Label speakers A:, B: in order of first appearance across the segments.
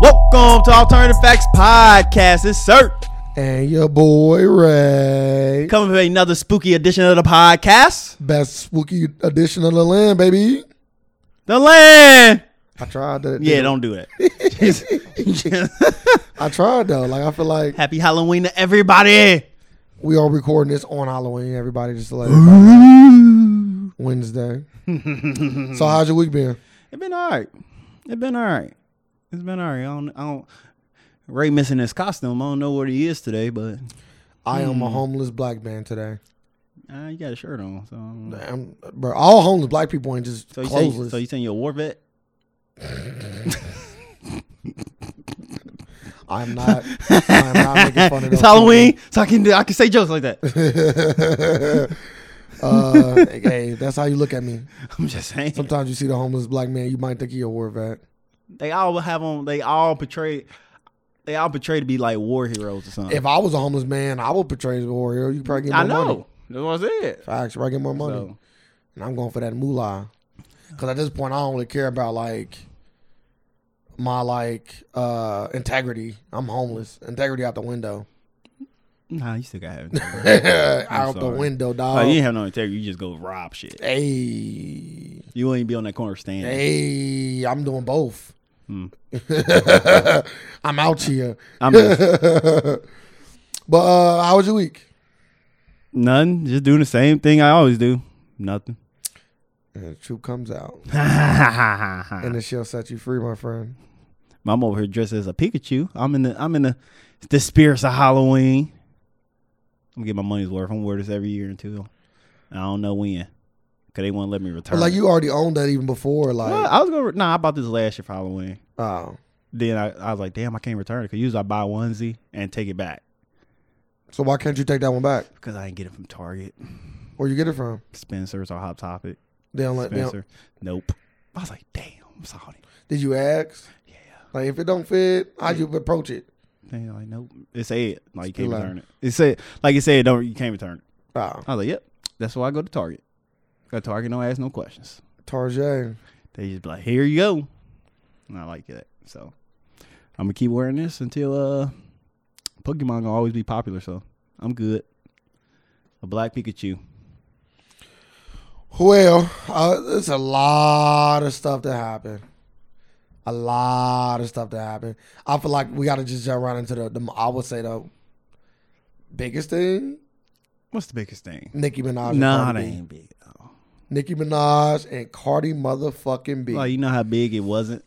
A: Welcome to Alternative Facts Podcast. It's Sir
B: And your boy Ray.
A: coming with another spooky edition of the podcast.
B: Best spooky edition of the land, baby.
A: The land.
B: I tried that.
A: Yeah,
B: dude.
A: don't do that.
B: I tried though. Like I feel like
A: Happy Halloween to everybody.
B: we are recording this on Halloween. Everybody just to let everybody know. Wednesday. so how's your week been?
A: It's been all right. It's been all right. It's been all right. I don't. I don't Ray missing his costume. I don't know where he is today, but
B: I am
A: Hmm.
B: a homeless black man today.
A: uh, you got a shirt on. So, I don't know.
B: I'm, bro, all homeless black people ain't just
A: so you say,
B: clothesless.
A: so you saying you're a war vet?
B: I'm not. I'm not making fun of those
A: It's Halloween, so I can do. I can say jokes like that.
B: people. uh, hey, that's how you look at me.
A: I'm just saying.
B: Sometimes you see the homeless black man, you might think he a war vet.
A: They all have on. They all portray. They all portray to be like war heroes or something.
B: If I was a homeless man, I would portray as a warrior. You probably get more
A: I know.
B: money.
A: That's what I said.
B: Facts, probably get more money.
A: So,
B: And I'm going for that moolah. Because at this point, I don't really care about like my like uh integrity. I'm homeless. Integrity out the window.
A: nah, you still got to have.
B: out the
A: sorry.
B: window, dog.
A: Like, you ain't have no integrity. You just go rob shit.
B: Hey,
A: You wouldn't be on that corner stand.
B: hey, I'm doing both.
A: Hmm.
B: I'm out here.
A: I'm just,
B: But uh how was your week?
A: none. Just doing the same thing I always do. Nothing.
B: And the truth comes out,
A: I'm
B: and it shall set you free, my friend.
A: over here dressed as a Pikachu. I'm in the. I'm in the. The spirits of Halloween. I'm gonna get my money's worth. I'm gonna wear this every year until I don't know when, cause they won't let me
B: But
A: return.
B: like
A: it.
B: you already owned that even before, like
A: Well, I was gonna. Nah, I bought this last year for Halloween.
B: oh,
A: Then I, I was like, damn, I can't return it. Cause usually I buy a onesie and take it back
B: so why can't you take that one back?
A: because I didn't get it from Target,
B: Where you get it from?
A: Spencer's or Hot Topic.
B: They don't let they don't-
A: Spencer, nope. I was like, damn, I'm sorry.
B: Did you ask?
A: Yeah.
B: Like if it don't fit, how'd you approach it?
A: They like, nope. It said like you
B: Still
A: can't
B: out.
A: return it. It said like it said don't you can't return it.
B: Oh,
A: I was like, yep. That's why I go to Target. Go to Target, don't ask no questions.
B: Tarjay.
A: They just be like, here you go. And I like that. So I'm gonna keep wearing this until uh Pokemon gonna always be popular. So I'm good. A black Pikachu.
B: Well, uh, it's a lot of stuff that happened. A lot of stuff that happened. I feel like we got to just jump right into the, the. I would say the biggest thing.
A: What's the biggest thing?
B: Nicki Minaj. and
A: Nah, it
B: Cardi B.
A: ain't big. at all.
B: Nicki Minaj and Cardi motherfucking B.
A: Like you know how big it wasn't.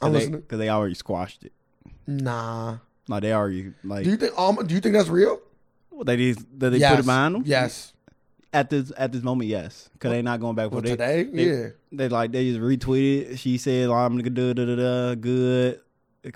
B: I'm
A: Because
B: listening.
A: they, already squashed it.
B: Nah.
A: Like they already like
B: Do you think? Um, do you think that's real?
A: well, they did- did they
B: yes.
A: put it behind them.
B: Yes.
A: At this at this moment, yes, because they not going back.
B: Well,
A: for they,
B: today,
A: they-
B: yeah.
A: They like they just retweeted. She said, like, "I'm gonna do da da da good,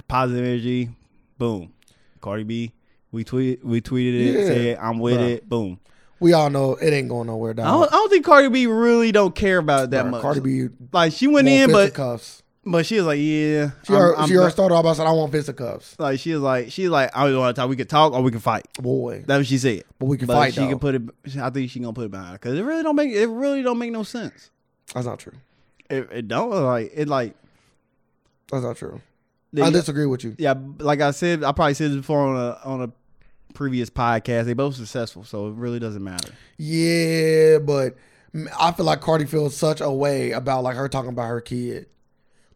A: positive energy." Boom, Cardi B. We tweet we tweeted it.
B: Yeah,
A: Said, "I'm with
B: bruh.
A: it." Boom.
B: We all know it ain't going nowhere. Dog.
A: I don't, I don't think Cardi B really don't care about it that
B: Bruh,
A: much.
B: Cardi B
A: like she went
B: went
A: in, but
B: cuffs.
A: but she was like, "Yeah."
B: She already,
A: I'm- I'm
B: she already
A: not-
B: started off by saying, "I want fisticuffs,
A: like she was like she was like I don't want to talk. We could talk or we can fight.
B: boy."
A: That's what she said.
B: But we can
A: But
B: fight.
A: she
B: though.
A: can put it. I think she gonna put it behind because it really don't make it really don't make no sense.
B: That's not true.
A: It, it don't like it like.
B: That's not true.
A: they-
B: I disagree with you.
A: yeah, like I said, I probably said this before on a on a previous podcast. They both successful, so it really doesn't matter.
B: Yeah, but mm, I feel like Cardi feels such a way about like her talking about her kid.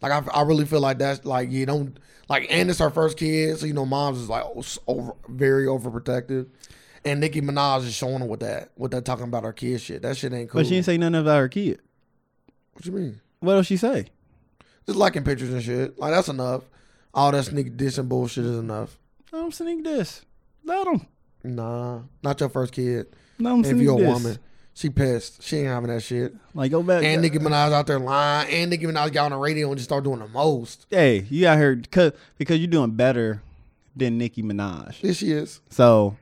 B: Like I, I really feel like that's like you don't like, and it's her first kid, so you know, mom's is like oh, s- over, very overprotective, and Nicki Minaj is showing her with that, with that talking about her kid shit. That shit ain't cool.
A: But she didn't say nothing about her kid.
B: what you mean?
A: What else she say?
B: Just liking pictures and shit. Like that's enough. All that sneak dish and bullshit is enough.
A: I'm sneak this. Let them.
B: Nah, not your first kid.
A: Let them
B: if
A: sneak
B: you're a
A: this.
B: woman, she pissed. She ain't having that shit.
A: Like go back.
B: And Nicki Minaj out there lying. And Nicki Minaj got on the radio and just start doing the most.
A: hey, you out here because because you're doing better than Nicki Minaj.
B: Yes, she is.
A: So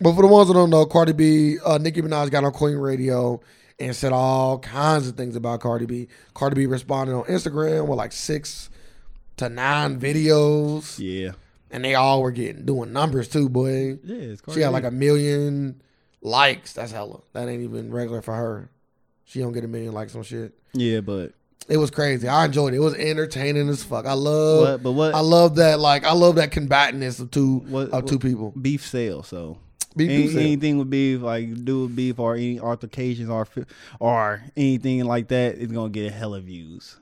B: But for the ones that don't know, Cardi B, uh, Nicki Minaj got on Queen Radio and said all kinds of things about Cardi B. Cardi B responded on Instagram with like six to nine videos,
A: yeah,
B: and they all were getting doing numbers too, boy.
A: yeah. It's
B: She had like a million likes. That's hella. That ain't even regular for her. She don't get a million likes on shit.
A: yeah, but
B: It was crazy. I enjoyed it. It was entertaining as fuck. I love.
A: What- but what-
B: Uh, I love that. Like I love that combatantness of two
A: What-
B: of two people.
A: Beef sales, so.
B: Beef do
A: Any-
B: sell.
A: Anything with beef, like do with beef or any altercations or fi- or anything like that, is gonna get hella views,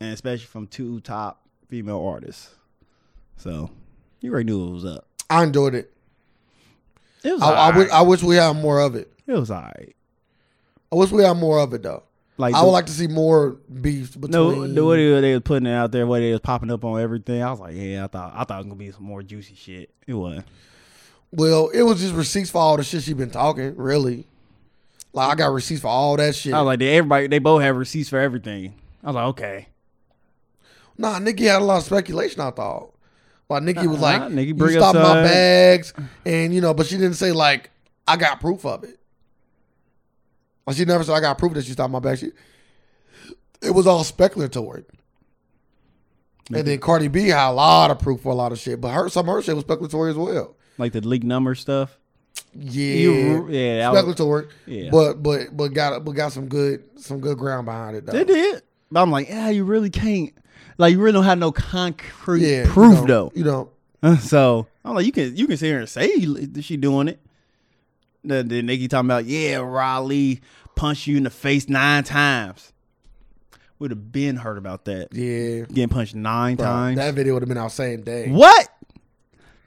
A: and especially from two top female artists. So you already knew it was up.
B: I enjoyed it.
A: It was
B: I, I,
A: alright.
B: wish, I wish we had more of it.
A: it was alright.
B: I wish we had more of it though.
A: Like
B: I
A: the-
B: would like to see more beefs between.
A: no, the way they- they was putting it out there, way they was popping up on everything. I was like, yeah, I thought I thought it was gonna be some more juicy shit. It wasn't.
B: Well, it was just receipts for all the shit she been talking. Really, like I got receipts for all that shit.
A: I was like, they, everybody, they both have receipts for everything. I was like, okay,
B: Nah, Nikki had a lot of speculation. I thought, like Nikki was
A: Uh-uh,
B: like,
A: Nikki
B: "You
A: bring up
B: stopped my
A: some-
B: bags," and you know, but she didn't say like, "I got proof of it." Like she never said, "I got proof that you stopped my bags." She, it was all speculatory. And then Cardi B had a lot of proof for a lot of shit, but her some of her shit was speculatory as well.
A: like the leak number stuff.
B: Yeah,
A: You- yeah, that was-
B: speculatory.
A: Yeah.
B: but but but got but got some good some good ground behind it though.
A: They did. But I'm like, yeah, you really can't. Like, you really don't have no concrete
B: Yeah, you
A: proof
B: know,
A: though.
B: You know,
A: so I'm like, you can you can sit here and say that she doing it. Then, then Nikki talking about, yeah, Riley punched you in the face nine times. Would have been heard about that
B: yeah.
A: getting punched nine
B: Bro,
A: times.
B: that video would have been our same day.
A: what?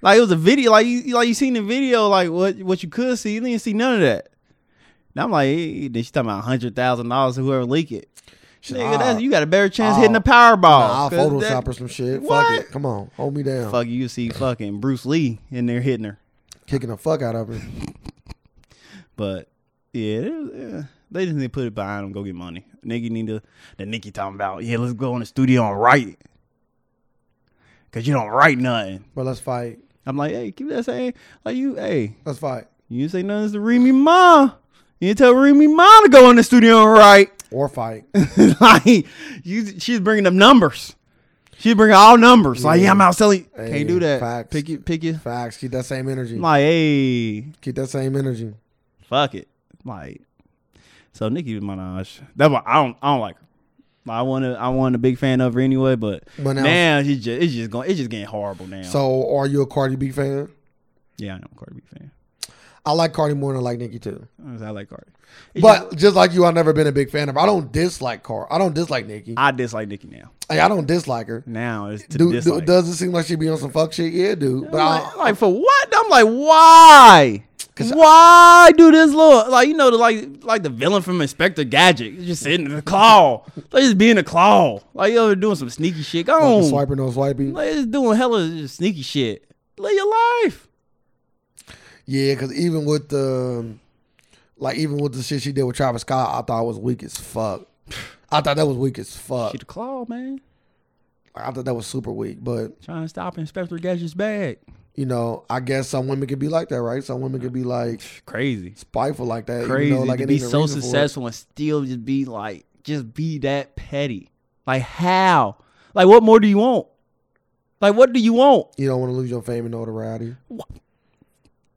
A: Like it was a video. Like you like you seen the video. Like what what you could see. You didn't see none of that. And I'm like, eh, then she talking about hundred thousand dollars to whoever leak it. Nigga,
B: Nah.
A: that's, you got a better chance
B: Oh.
A: hitting the Powerball.
B: Nah, I'll
A: 'Cause
B: Photoshop
A: that-
B: her some shit.
A: What?
B: Fuck it. Come on. Hold me down.
A: Fuck you, you see fucking Bruce Lee in there hitting her.
B: Kicking the fuck out of her.
A: But yeah, it was- yeah, they just need to put it behind them. Go get money. Nikki need to. The Nikki talking about yeah, let's go in the studio and write. Cause you don't write nothing.
B: But let's fight.
A: I'm like, hey, keep that saying. Like you, hey,
B: Let's fight.
A: you didn't say nothing to Remy Ma. You didn't tell Remy Ma to go in the studio and write.
B: Or fight.
A: like you, she's bringing them numbers. She's bringing all numbers. Like yeah, I'm out selling.
B: Hey,
A: Can't do that.
B: facts.
A: Pick you, pick you.
B: Facts. Keep that same energy.
A: I'm like hey,
B: Keep that same energy.
A: fuck it. Like, so Nicki Minaj. That's why I don't. I don't like her. I wanna. I wasn't a big fan of her anyway. But,
B: But now-
A: now, she's just. It's just going. It's just getting horrible now.
B: So are you a Cardi B fan?
A: yeah, I know I'm a Cardi B fan.
B: I like Cardi more than I like Nicki too.
A: I like Cardi. It's just-
B: But just like you, I've never been a big fan of her. I don't dislike Cardi. I don't dislike Nicki.
A: I dislike Nicki now.
B: Hey, I don't dislike her.
A: Now it's to
B: Do, do,
A: dislike.
B: does it seem like she be on some fuck shit? Yeah, dude. But
A: I'm
B: I,
A: like, like, for what? I'm like why? Why do this little like you know the like like the villain from Inspector Gadget He's just sitting in the claw. they just being a claw. Like yo, they're doing some sneaky shit. Go
B: fucking
A: on.
B: swiper no swipey.
A: Like it's doing hella just sneaky shit. Live your life.
B: Yeah, because even with the, um, like even with the shit she did with Travis Scott, I thought it was weak as fuck. I thought that was weak as fuck.
A: She the claw, man.
B: I thought that was super weak. But
A: Trying to stop Inspector Gadget's bag.
B: you know, I guess some women could be like that, right? Some women could be like
A: Crazy.
B: spiteful like that. even
A: Crazy
B: though, like,
A: to
B: it
A: be
B: ain't a
A: so
B: reason for it.
A: successful and still just be like just be that petty. Like how? Like what more do you want? Like what do you want?
B: You don't want to lose your fame and notoriety.
A: What?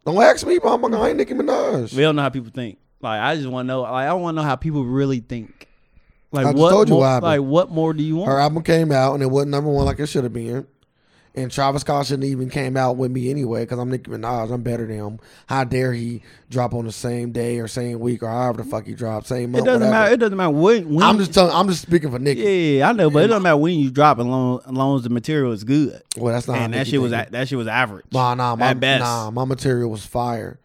B: Don't ask me, but I'm like, I ain't Nicki Minaj.
A: We don't know how people think. Like I just want to know. Like I want to know how people really think. Like
B: I just
A: what?
B: told you
A: more,
B: what happened.
A: like what more do you want?
B: Her album came out and it wasn't number one like it should have been. And Travis Scott shouldn't even came out with me anyway because I'm Nicki Minaj. I'm better than him. How dare he drop on the same day or same week or however the fuck he dropped, same month.
A: It doesn't
B: whatever.
A: matter. It doesn't matter when. when
B: I'm just telling. I'm just speaking for Nicki.
A: Yeah, yeah, I know, but it doesn't matter when you drop, as long, as long as the material is good.
B: Well, that's not. how
A: and that
B: Nicki
A: shit was
B: think.
A: a- that shit was average.
B: Nah, nah, my,
A: at best.
B: nah. My material was fire.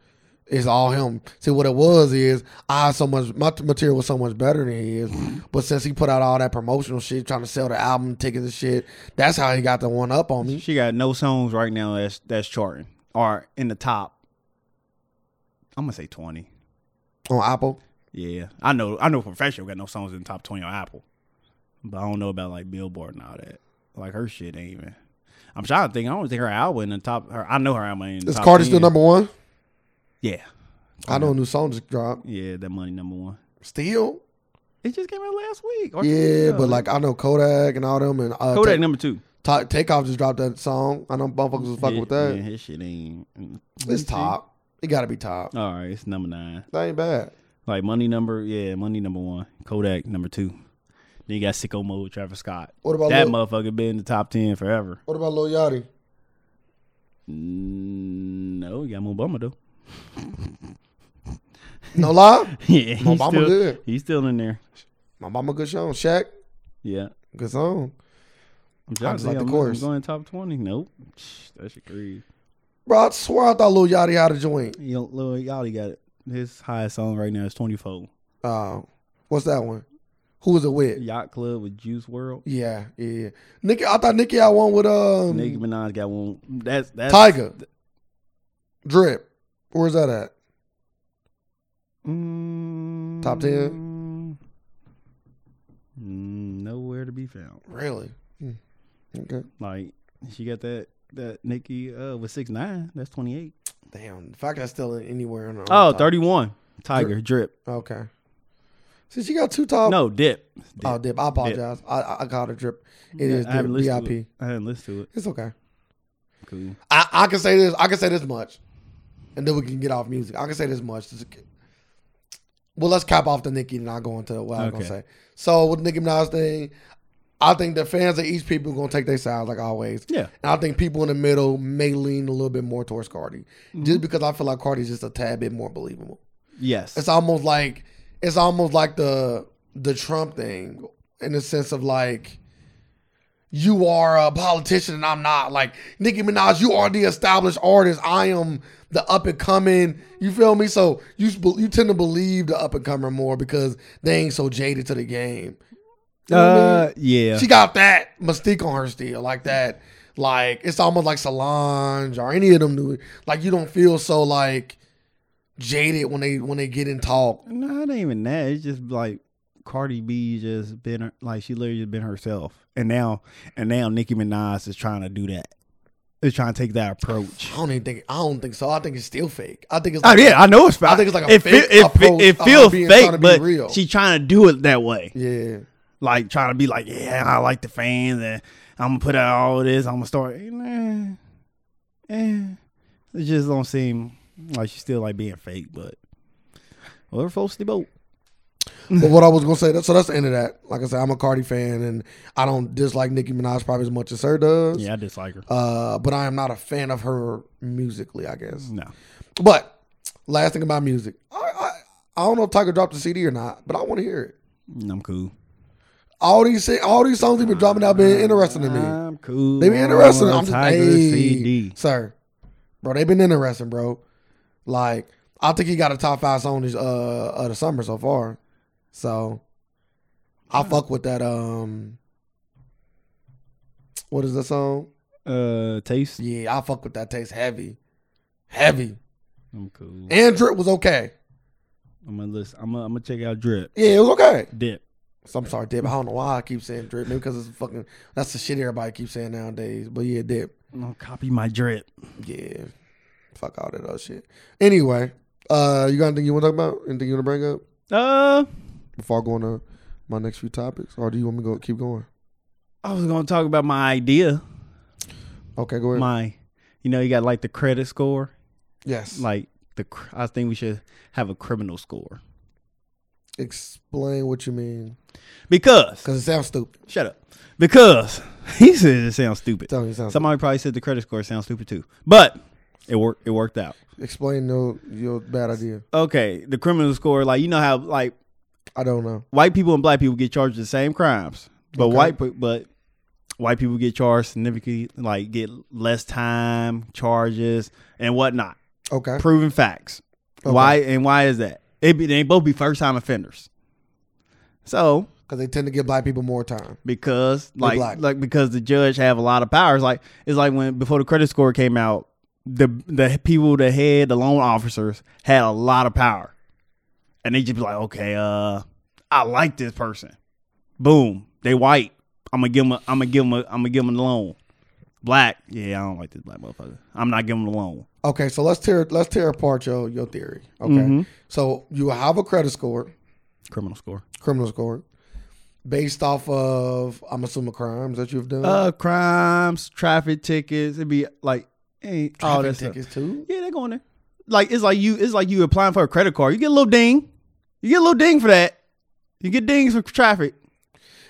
B: It's all him. See, what it was is I had so much. My t- material was so much better than his. But since he put out all that promotional shit, trying to sell the album tickets and shit, that's how he got the one up on me.
A: She got no songs right now that's that's charting or in the top. I'm gonna say twenty.
B: on Apple.
A: Yeah, I know. I know. Professional got no songs in the top twenty on Apple, but I don't know about like Billboard and all that. Like her shit ain't even. I'm trying to think. I don't think her album in the top. Her, I know her album ain't in the
B: Is
A: top.
B: Cardi still
A: 10.
B: number one?
A: Yeah,
B: I know a new song just dropped.
A: yeah. That money number one.
B: Still?
A: It just came out last week. or two
B: Yeah,
A: weeks ago.
B: but like I know Kodak and all them and uh,
A: Kodak
B: Kodak.
A: number two.
B: Takeoff just dropped that song. I know motherfuckers was fucking
A: yeah,
B: with that.
A: Yeah, his shit ain't. mm.
B: It's top. It gotta be top.
A: All right, it's number nine.
B: That ain't bad.
A: Like money number, yeah, money number one. Kodak number two. Then you got sicko mode, Travis Scott.
B: What about
A: that
B: Lil,
A: motherfucker been in the top ten forever.
B: what about Lil Yachty?
A: Mm, no, you got Mobama though.
B: No lie,
A: yeah, he's
B: Mobama
A: still,
B: good.
A: he's still in there.
B: my mama good song. Shaq,
A: Yeah.
B: good song,
A: I'm trying
B: just
A: to
B: like
A: say
B: the
A: I'm,
B: chorus.
A: I'm going top twenty. Nope. Shh, That shit crazy.
B: bro. I swear I thought Lil Yachty had a joint.
A: You know, Lil Yachty got it. His highest song right now is twenty four.
B: Uh, what's that one? Who was it with?
A: Yacht Club with Juice World.
B: Yeah, yeah. yeah. Nicki, I thought Nicki had one with um
A: Nicki Minaj got one. That's that's
B: Tiger. Drip. Where's that at?
A: Mm,
B: Top
A: 10? Mm, Nowhere to be found.
B: Really? Hmm. Okay.
A: Like she got that that Nikki uh with six nine. That's twenty eight.
B: Damn. The fact that's still in- anywhere in the
A: Oh, 31. Tiger drip.
B: Okay. Since you got two top.
A: No dip. Dip.
B: Oh, dip. I apologize. I I, I called it drip. It is
A: I haven't
B: drip.
A: listened
B: BIP.
A: to it. I haven't listened to it.
B: It's okay.
A: Cool.
B: I, I can say this. I can say this much, and then we can get off music. I can say this much. This is- well, let's cap off the Nicki and not go into what I'm gonna
A: Okay.
B: say. So with Nicki Minaj thing, I think the fans of each people gonna take their sides like always.
A: Yeah.
B: And I think people in the middle may lean a little bit more towards Cardi, just because I feel like Cardi's just a tad bit more believable.
A: Yes.
B: It's almost like it's almost like the the Trump thing in the sense of like you are a politician and I'm not. Like Nicki Minaj, you are the established artist. I am the up and coming. You feel me? So you sp- you tend to believe the up and comer more because they ain't so jaded to the game. You know what I mean?
A: uh yeah.
B: She got that mystique on her still, like that. Like it's almost like Solange or any of them new. Like you don't feel so like jaded when they when they get in talk.
A: no, it ain't even that. It's just like Cardi B just been her- like she literally just been herself. And now and now Nicki Minaj is trying to do that. Is trying to take that approach.
B: I don't even think I don't think so. I think it's still fake. I think it's
A: Oh
B: like,
A: yeah, I know it's fake.
B: I think it's like a
A: it, feel-
B: fake
A: it, feel-
B: approach
A: it
B: of
A: feels
B: being- trying to
A: fake,
B: be
A: but
B: real.
A: she trying to do it that way,
B: yeah.
A: like trying to be like, yeah, I like the fans, and I'm gonna put out all this. I'm gonna start. Nah, eh. It just don't seem like she's still like being fake, but well, folks, the boat.
B: But what I was gonna say, that, so that's the end of that. Like I said, I'm a Cardi fan, and I don't dislike Nicki Minaj probably as much as her does.
A: Yeah, I dislike her.
B: Uh, but I am not a fan of her musically, I guess.
A: No,
B: But last thing about music, I I, I don't know if Tiger dropped the CD or not, but I want to hear it.
A: I'm cool.
B: All these si- all these songs he been dropping out been interesting to me.
A: I'm cool.
B: They been interesting.
A: on
B: I'm just
A: Tiger
B: hey,
A: CD.
B: sir, bro. They been interesting, bro. Like I think he got a top five song this, uh of the summer so far. So I fuck with that. Um, what is the song?
A: Uh, taste.
B: Yeah, I fuck with that. Tastes heavy, heavy.
A: I'm cool.
B: And drip was okay.
A: I'm gonna listen. I'm gonna, I'm gonna check out Drip.
B: Yeah, it was okay.
A: Dip.
B: So I'm sorry, Dip. I don't know why I keep saying Drip. Maybe because it's fucking. That's the shit everybody keeps saying nowadays. But yeah, Dip.
A: I'm gonna copy my Drip.
B: Yeah. Fuck all that other shit. Anyway, uh, you got anything you want to talk about? Anything you want to bring up
A: Uh,
B: before I go on to my next few topics, or do you want me to go keep going?
A: I was gonna talk about my idea.
B: Okay, go ahead.
A: My, you know, you got like the credit score.
B: yes.
A: Like the, cr- I think we should have a criminal score
B: Explain what you mean,
A: because
B: because it sounds stupid.
A: shut up. Because he says it sounds stupid.
B: Tell me, it sounds.
A: Somebody probably said the credit score sounds stupid too, but it worked. It worked out.
B: Explain your your bad idea.
A: Okay, the criminal score, like you know how like
B: I don't know.
A: white people and black people get charged the same crimes, but
B: Okay.
A: white pe- but white people get charged significantly, like get less time charges and whatnot.
B: Okay.
A: proven facts.
B: Okay.
A: Why and why is that? It be, they both be first time offenders. So
B: Because they tend to give black people more time.
A: because like
B: black.
A: like because the judge have a lot of powers. Like it's like when before the credit score came out, the the people that had the loan officers had a lot of power, and they just be like, okay, uh, I like this person. Boom, they white. I'm gonna give them. A, I'm gonna give them. A, I'm gonna give them a loan. Black, yeah, I don't like this black motherfucker. I'm not giving him a loan.
B: Okay, so let's tear let's tear apart your your theory. Okay,
A: Mhm.
B: so you have a credit score.
A: Criminal score.
B: criminal score based off of I'm assuming crimes that you've done.
A: Uh, crimes, traffic tickets. It'd be like ain't all that
B: Traffic
A: stuff.
B: tickets too.
A: Yeah, they're going there. Like it's like you, it's like you applying for a credit card. You get a little ding. You get a little ding for that. You get dings for traffic.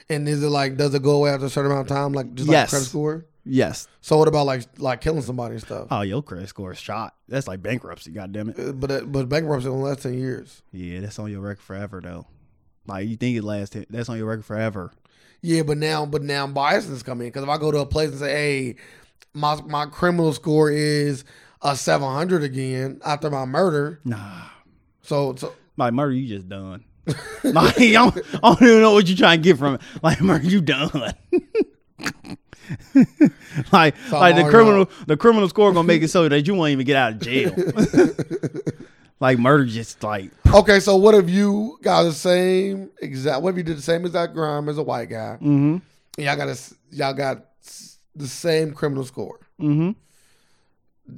B: And is it like does it go away after a certain amount of time? Like just like
A: Yes.
B: credit score.
A: Yes.
B: So what about like like killing somebody and stuff?
A: Oh, your credit score is shot. That's like bankruptcy. God damn it.
B: Uh, But uh, but bankruptcy only lasts ten years.
A: Yeah, that's on your record forever though. Like you think it lasts? That's on your record forever.
B: Yeah, but now but now biases come in because if I go to a place and say, hey, my my criminal score is a seven hundred again after my murder,
A: Nah.
B: so so
A: Like murder, you just done. like I don't, I don't even know what you trying to get from it. Like murder, you done. like like
B: So
A: the
B: I'm already
A: criminal the criminal score gonna make it so that you won't even get out of jail. like murder, just like
B: okay, so what if you got the same exact? What if you did the same exact crime as a white guy?
A: mm
B: And y'all got a s y'all got s- the same criminal score.
A: hmm mm hmm.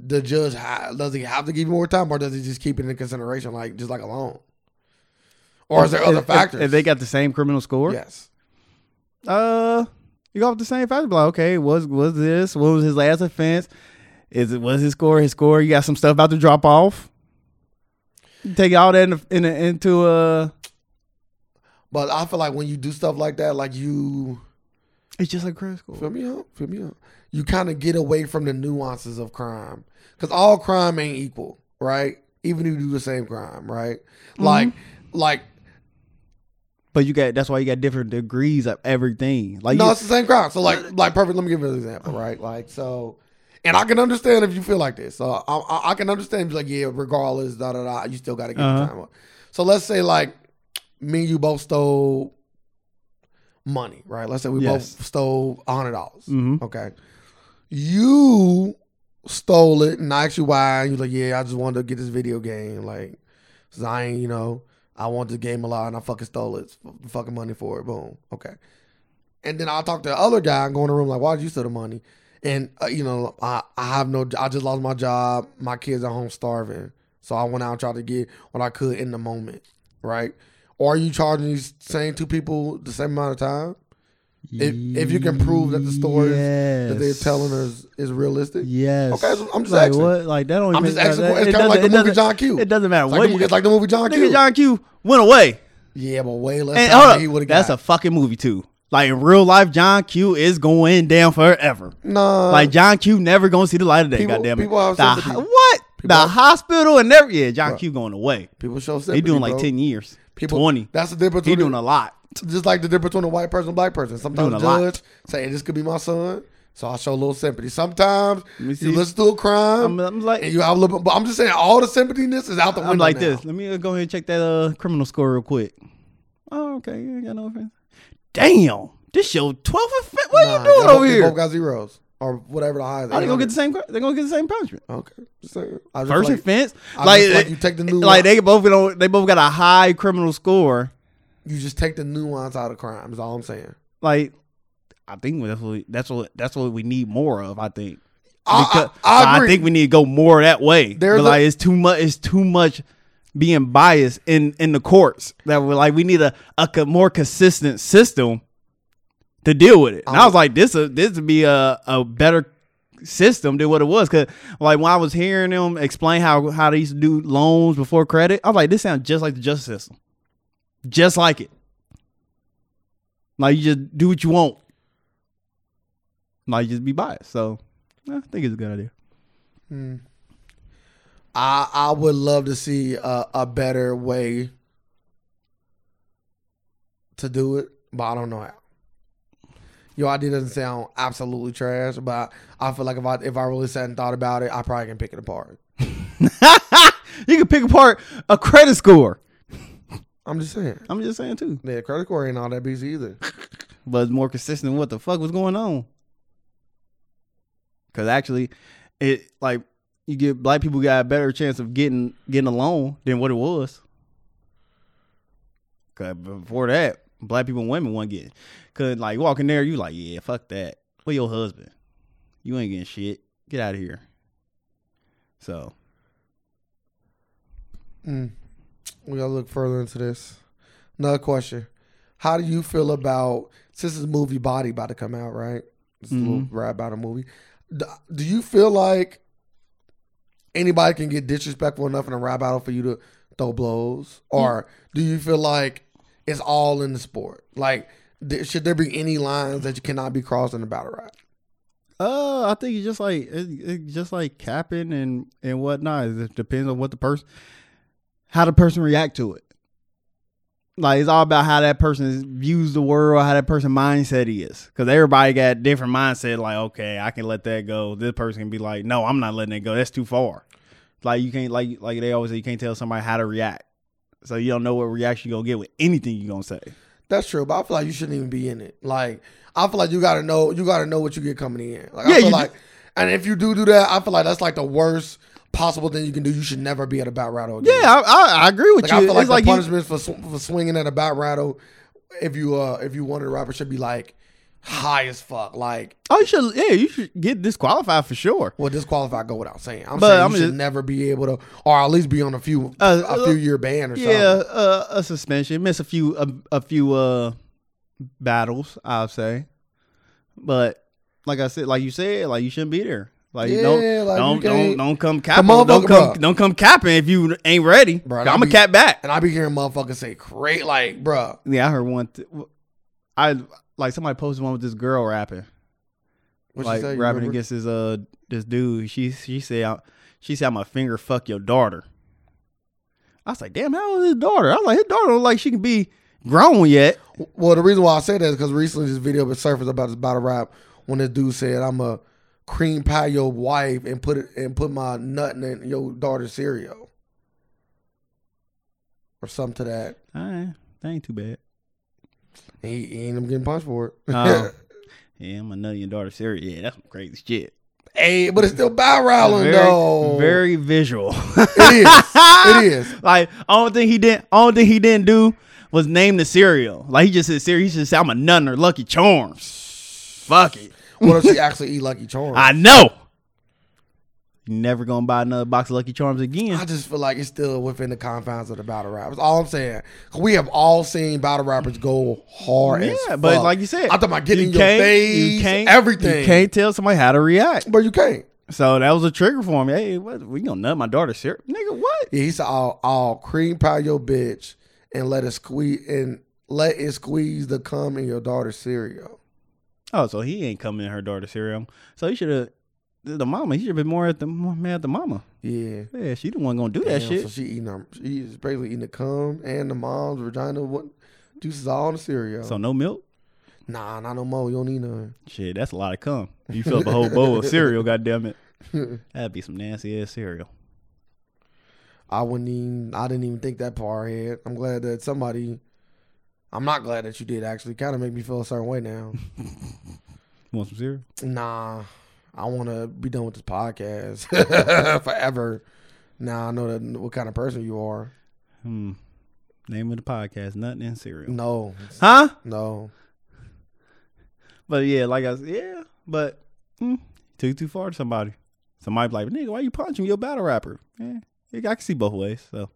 B: the judge ha- does he have to give you more time, or does he just keep it in consideration, like just like alone? Or is there
A: If-
B: other
A: if-
B: factors?
A: If, they got the same criminal score,
B: yes,
A: uh, you go off the same factor. Like, okay, was was this? What was his last offense? Is it was his score? His score? You got some stuff about to drop off. You take all that in, the- in, the- into uh,
B: but I feel like when you do stuff like that, like you
A: it's just like credit score.
B: feel me out, feel me out. You kind of get away from the nuances of crime because all crime ain't equal, right? Even if you do the same crime, right?
A: Mm-hmm.
B: Like, like
A: But you got that's why you got different degrees of everything. Like
B: no,
A: you,
B: it's the same crime. So like, like perfect. Let me give you an example, right? Like so, and I can understand if you feel like this. So I, I, I can understand. Like yeah, regardless, da da da. You still got to get
A: Uh-huh.
B: the time up. So let's say like me and you both stole money, right? Let's say we
A: Yes.
B: both stole hundred dollars.
A: Mhm.
B: Okay, you stole it, and I asked you why. and You're like, yeah, I just wanted to get this video game, like, 'cause I ain't, you know, I want this game a lot, and I fucking stole it, F- fucking money for it. Boom. Okay. And then I'll talk to the other guy and go in the room like, why'd you steal the money? And uh, you know, I, I have no, I just lost my job. My kids are home starving, so I went out and tried to get what I could in the moment, right? Or are you charging these same two people the same amount of time if- if you can prove that the stories
A: yes.
B: that they're telling us is realistic?
A: yes.
B: Okay, so I'm just
A: like,
B: asking.
A: What? Like that don't
B: I'm
A: even.
B: just asking.
A: that-
B: for, it's
A: it
B: kind
A: doesn't-
B: of like the
A: it
B: movie
A: doesn't-
B: John Q.
A: It doesn't matter
B: It's like,
A: what.
B: the,
A: you-
B: mo- it's like the movie John Q.
A: Nigga, John Q went away.
B: yeah, but way less
A: And
B: time
A: hold
B: than he
A: up,
B: would have got.
A: that's a fucking movie too. Like in real life, John Q is going down forever.
B: nah.
A: like John Q never gonna see the light of day.
B: Uh, people-
A: goddamn it.
B: people have
A: The
B: sympathy.
A: ho- what?
B: People
A: the
B: have-
A: hospital and every yeah, John Q going away.
B: people show sympathy.
A: He doing like
B: bro.
A: ten years,
B: people,
A: twenty.
B: That's the difference.
A: He
B: between
A: doing a lot.
B: just like the difference between a white person and black person. Sometimes
A: Doing a
B: a
A: lot.
B: judge say hey, this could be my son, so I show a little sympathy. Sometimes
A: me
B: you
A: see.
B: listen to a
A: I'm,
B: crime
A: I'm like,
B: and you have a little. bit- But I'm just saying, all the sympathyness is out the window.
A: I'm like
B: now.
A: this. Let me go ahead and check that uh criminal score real quick. Oh, okay. You ain't got no offense. Damn. This show 12 offense. What are you
B: Nah, y'all
A: doing
B: both-
A: over
B: you
A: here?
B: Both got zeros or whatever the highest.
A: Oh, they gonna get the same they gonna get the same punishment.
B: okay. Just saying. I just
A: First
B: like,
A: offense.
B: I
A: Like, eh,
B: just like you take the new
A: like
B: one.
A: they both do they both got a high criminal score.
B: you just take the nuance out of crime. Is all I'm saying.
A: Like I think that's what that's what that's what we need more of, I think.
B: I,
A: Because-
B: I,
A: so
B: I agree.
A: think we need to go more that way.
B: There's
A: but
B: a-
A: like it's too much. It's too much being biased in in the courts. That we're like we need a a co- more consistent system to deal with it. And I was like, this a, this would be a a better system than what it was. Cause like when I was hearing them explain how how they used to do loans before credit, I was like, this sounds just like the justice system, just like it. Like you just do what you want. Like you just be biased. So I think it's a good idea.
B: I I would love to see a, a better way to do it, but I don't know how. Your idea doesn't sound absolutely trash, but I feel like if I if I really sat and thought about it, I probably can pick it apart.
A: you can pick apart a credit score.
B: I'm just saying.
A: I'm just saying too,
B: Yeah, credit score ain't all that busy either.
A: but it's more consistent. What the fuck was going on? Because actually, it like you get black people got a better chance of getting getting a loan than what it was. Cause before that, black people and women won't get. Cause like you walk in there, you like yeah, fuck that. Where your husband? You ain't getting shit. Get out of here. So
B: Mm. We gotta look further into this. Another question: How do you feel about since this movie Body about to come out, right? It's a little rap about a movie. D- Do you feel like anybody can get disrespectful enough in a rap battle for you to throw blows, or do you feel like it's all in the sport? Like There- should there be any lines that you cannot be crossed in a battle rap?
A: Uh, I think it's just like it, it's just like capping and and whatnot. It depends on what the person, how the person react to it. Like it's all about how that person views the world, how that person mindset is. Because everybody got different mindset. Like, okay, I can let that go. This person can be like, no, I'm not letting it go. That's too far. Like you can't like like they always say, you can't tell somebody how to react. So you don't know what reaction you're gonna get with anything you're gonna say.
B: That's true, but I feel like you shouldn't even be in it. Like I feel like you gotta know you gotta know what you get coming in. Like
A: Yeah,
B: I feel
A: you
B: like and if you do do that, I feel like that's like the worst possible thing you can do. You should never be at a bat rattle. Again.
A: Yeah, I, I, I agree with
B: like
A: you.
B: I feel like
A: it's
B: the
A: like you,
B: punishments for sw- for swinging at a bat rattle, if you uh if you wanted a rapper, should be like high as fuck. Like
A: oh, you should yeah, you should get disqualified for sure.
B: well, disqualified go without saying. I'm
A: But
B: saying you
A: I'm
B: should
A: just-
B: never be able to, or at least be on a few
A: Uh,
B: a few year ban or
A: Yeah, uh, a suspension. Miss a few a, a few uh battles, I'll say. But like I said, like you said, like you shouldn't be there. Like
B: Yeah,
A: don't
B: like, you
A: don't,
B: can't-
A: don't don't come capping.
B: motherfucker,
A: Don't come
B: bruh.
A: don't come capping if you ain't ready.
B: Bruh,
A: I'm
B: that'd
A: gonna
B: be-
A: cap back.
B: And I be hearing motherfuckers say, "Great, like, bruh.
A: Yeah, I heard one. Th- I like somebody posted one with this girl rapping,
B: What
A: like
B: you say? You
A: rapping
B: remember?
A: against this uh this dude. She she said I- she said I'm a finger fuck your daughter. I was like, damn, how old is his daughter? I was like, his daughter look like she can be grown yet.
B: Well, the reason why I say that is because recently this video was surfaced about this battle rap when this dude said, "I'm a cream pie your wife and put it and put my nut in your daughter's cereal," or something to that.
A: All right, that ain't too bad.
B: And he, he ended up getting punched for it.
A: Oh. yeah, I'm a nut in your daughter's cereal. Yeah, that's some crazy shit.
B: hey, but it's still battle rapping
A: very,
B: though.
A: very visual.
B: It is. It is.
A: like only thing he didn't, only thing he didn't do was name the cereal. Like he just said cereal. He just said I'm a nut in her Lucky Charms. Fuck it,
B: What if she actually eat Lucky Charms?
A: I know. You never gonna buy another box of Lucky Charms again.
B: I just feel like it's still within the confines of the battle rap. That's all I'm saying. 'Cause we have all seen battle rappers go hard as
A: yeah, but
B: fuck.
A: like you said,
B: I'm talking about getting
A: you
B: in your
A: can't-
B: face,
A: you can't,
B: everything.
A: You can't tell somebody how to react.
B: But you can't.
A: So that was a trigger for me. Hey, what, we gonna nut my daughter's cereal, nigga? What?
B: Yeah, he said, "I'll, I'll cream pie your bitch and let it squeeze and let it squeeze the cum in your daughter's cereal."
A: Oh, so he ain't coming in her daughter's cereal. So he should have the mama. He should have been more at the more mad at the mama.
B: Yeah,
A: Yeah, she the one gonna do that
B: Damn,
A: shit.
B: So she eating her, she's basically eating the cum and the mom's vagina what, juices all in the cereal.
A: So no milk.
B: nah, not no more. You don't need none.
A: Shit, that's a lot of cum. You fill up a whole bowl of cereal. goddamn it, that'd be some nasty ass cereal.
B: I wouldn't even. I didn't even think that far ahead. I'm glad that somebody. I'm not glad that you did. Actually, kind of make me feel a certain way now.
A: You want some cereal?
B: Nah, I want to be done with this podcast forever. Now I know that what kind of person you are.
A: Hmm. Name of the podcast: Nothing in Cereal.
B: No,
A: Huh?
B: no.
A: But yeah, like I said, yeah. But mm, took too far to somebody. Somebody be like, nigga, why you punching your battle rapper? Yeah, I can see both ways. So,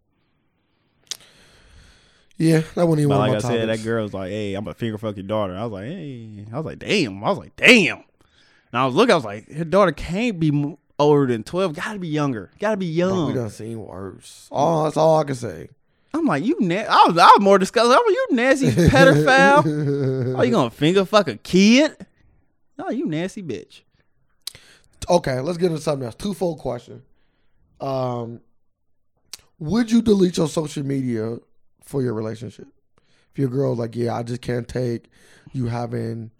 B: Yeah, that wasn't even
A: But
B: one
A: like I
B: of my
A: said,
B: topics.
A: that girl was like, "Hey, I'm a finger fuck your daughter." I was like, "Hey," I was like, "Damn," I was like, "Damn." And I was looking, I was like, "Her daughter can't be m- older than twelve. Got to be younger. Got to be
B: Bro, we
A: young."
B: done seen worse. Oh, that's all I can say.
A: I'm like, "You na-. I was, I was more disgusted. I'm like, "You nasty pedophile. oh, you gonna finger fuck a kid? Oh, you nasty bitch."
B: Okay, let's get into something else. Twofold question. Um, would you delete your social media for your relationship? If your girl's like, yeah, I just can't take you having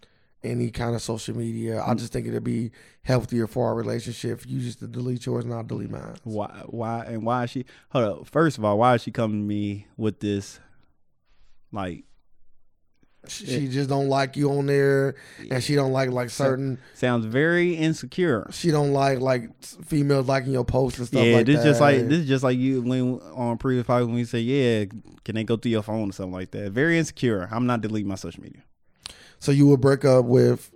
B: any kind of social media.
A: Mm.
B: I just think it'd be healthier for our relationship. if You just to delete yours and I delete mine.
A: Why? Why? And why is she? Hold up. First of all, why is she coming to me with this? Like,
B: She, she just don't like you on there, and she don't like like certain.
A: sounds very insecure.
B: She don't like like females liking your posts and stuff
A: yeah,
B: like
A: this
B: that.
A: just like this is just like you when on previous podcast when you say, yeah, can they go through your phone or something like that? Very insecure. I'm not deleting my social media.
B: So you would break up with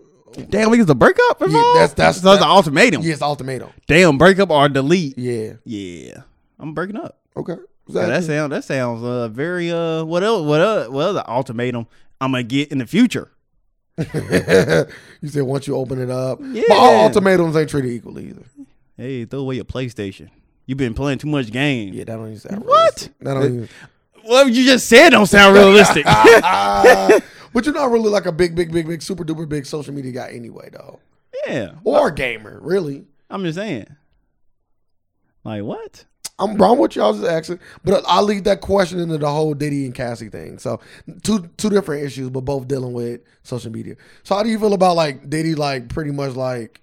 A: Damn, we get a breakup. involved?
B: that's- that's-
A: so it's an ultimatum.
B: yes, ultimatum.
A: Damn, breakup or delete.
B: Yeah.
A: Yeah, I'm breaking up.
B: Okay.
A: Yeah, that
B: Exactly.
A: sound that sounds uh very uh what else what else what other ultimatum I'm gonna get in the future.
B: you said once you open it up.
A: Yeah.
B: But all ultimatums ain't treated equally either.
A: Hey, throw away your PlayStation. You've been playing too much game.
B: Yeah, that don't even sound
A: What?
B: realistic. That don't even.
A: What you just said don't sound realistic.
B: Ah, But you're not really like a big, big, big, big, super duper big social media guy anyway, though.
A: Yeah,
B: Or a gamer, really.
A: I'm just saying. Like what?
B: I'm wrong with y'all just asking, but I leave that question into the whole Diddy and Cassie thing. So two two different issues, but both dealing with social media. So how do you feel about like Diddy? Like pretty much like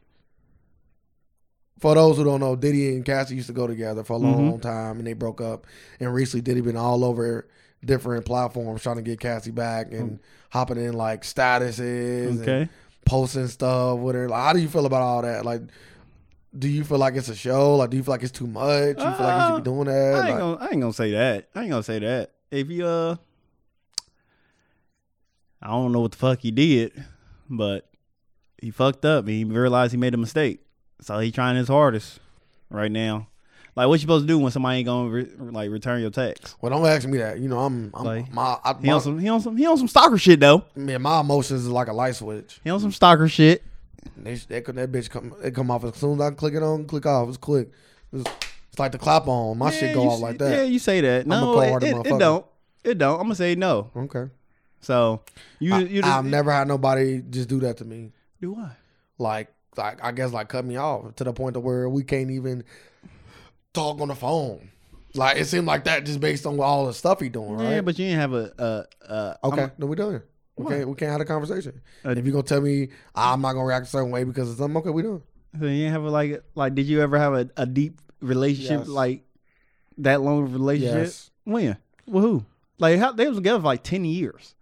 B: for those who don't know, Diddy and Cassie used to go together for a long, time, and they broke up. And recently, Diddy been all over different platforms trying to get Cassie back and hopping in like statuses. and
A: Okay.
B: posting stuff with her. Like, how do you feel about all that? Like, do you feel like it's a show? Like, do you feel like it's too much? You feel like you
A: Uh,
B: should be doing
A: I
B: that?
A: ain't
B: Like,
A: gonna I ain't gonna say that. I ain't gonna say that. If you uh I don't know what the fuck he did, but he fucked up. He realized he made a mistake. So he trying his hardest right now. Like what you supposed to do when somebody ain't gonna re- like return your text?
B: well, don't ask me that. You know, I'm, I'm
A: Like,
B: my, I,
A: He
B: my,
A: on some he on some he on some stalker shit though.
B: man, my emotions is like a light switch.
A: He on some stalker shit.
B: They, they, could- that bitch come, it come off as soon as I click it on, click off. It's quick. It's, it's like the clap on. My shit
A: Yeah,
B: go
A: you
B: off
A: say-
B: like
A: Yeah,
B: that.
A: you say that.
B: a
A: No, it,
B: cold-hearted
A: it, it
B: motherfucker.
A: don't. It don't. I'm gonna say no.
B: Okay.
A: So you
B: I,
A: you just
B: I've never had nobody just do that to me.
A: do what?
B: like like I guess like cut me off to the point to where we can't even talk on the phone. Like it seemed like that just based on all the stuff he doing, right?
A: Yeah, but you didn't have a uh uh
B: okay, then we done. We
A: What?
B: can't we can't have a conversation.
A: Uh,
B: if you gonna tell me I'm not gonna react a certain way because it's something, okay, we done.
A: So you didn't have a, like like did you ever have a, a deep relationship
B: Yes.
A: like that long relationship?
B: Yes.
A: When? With who? Like how they was together for like ten years.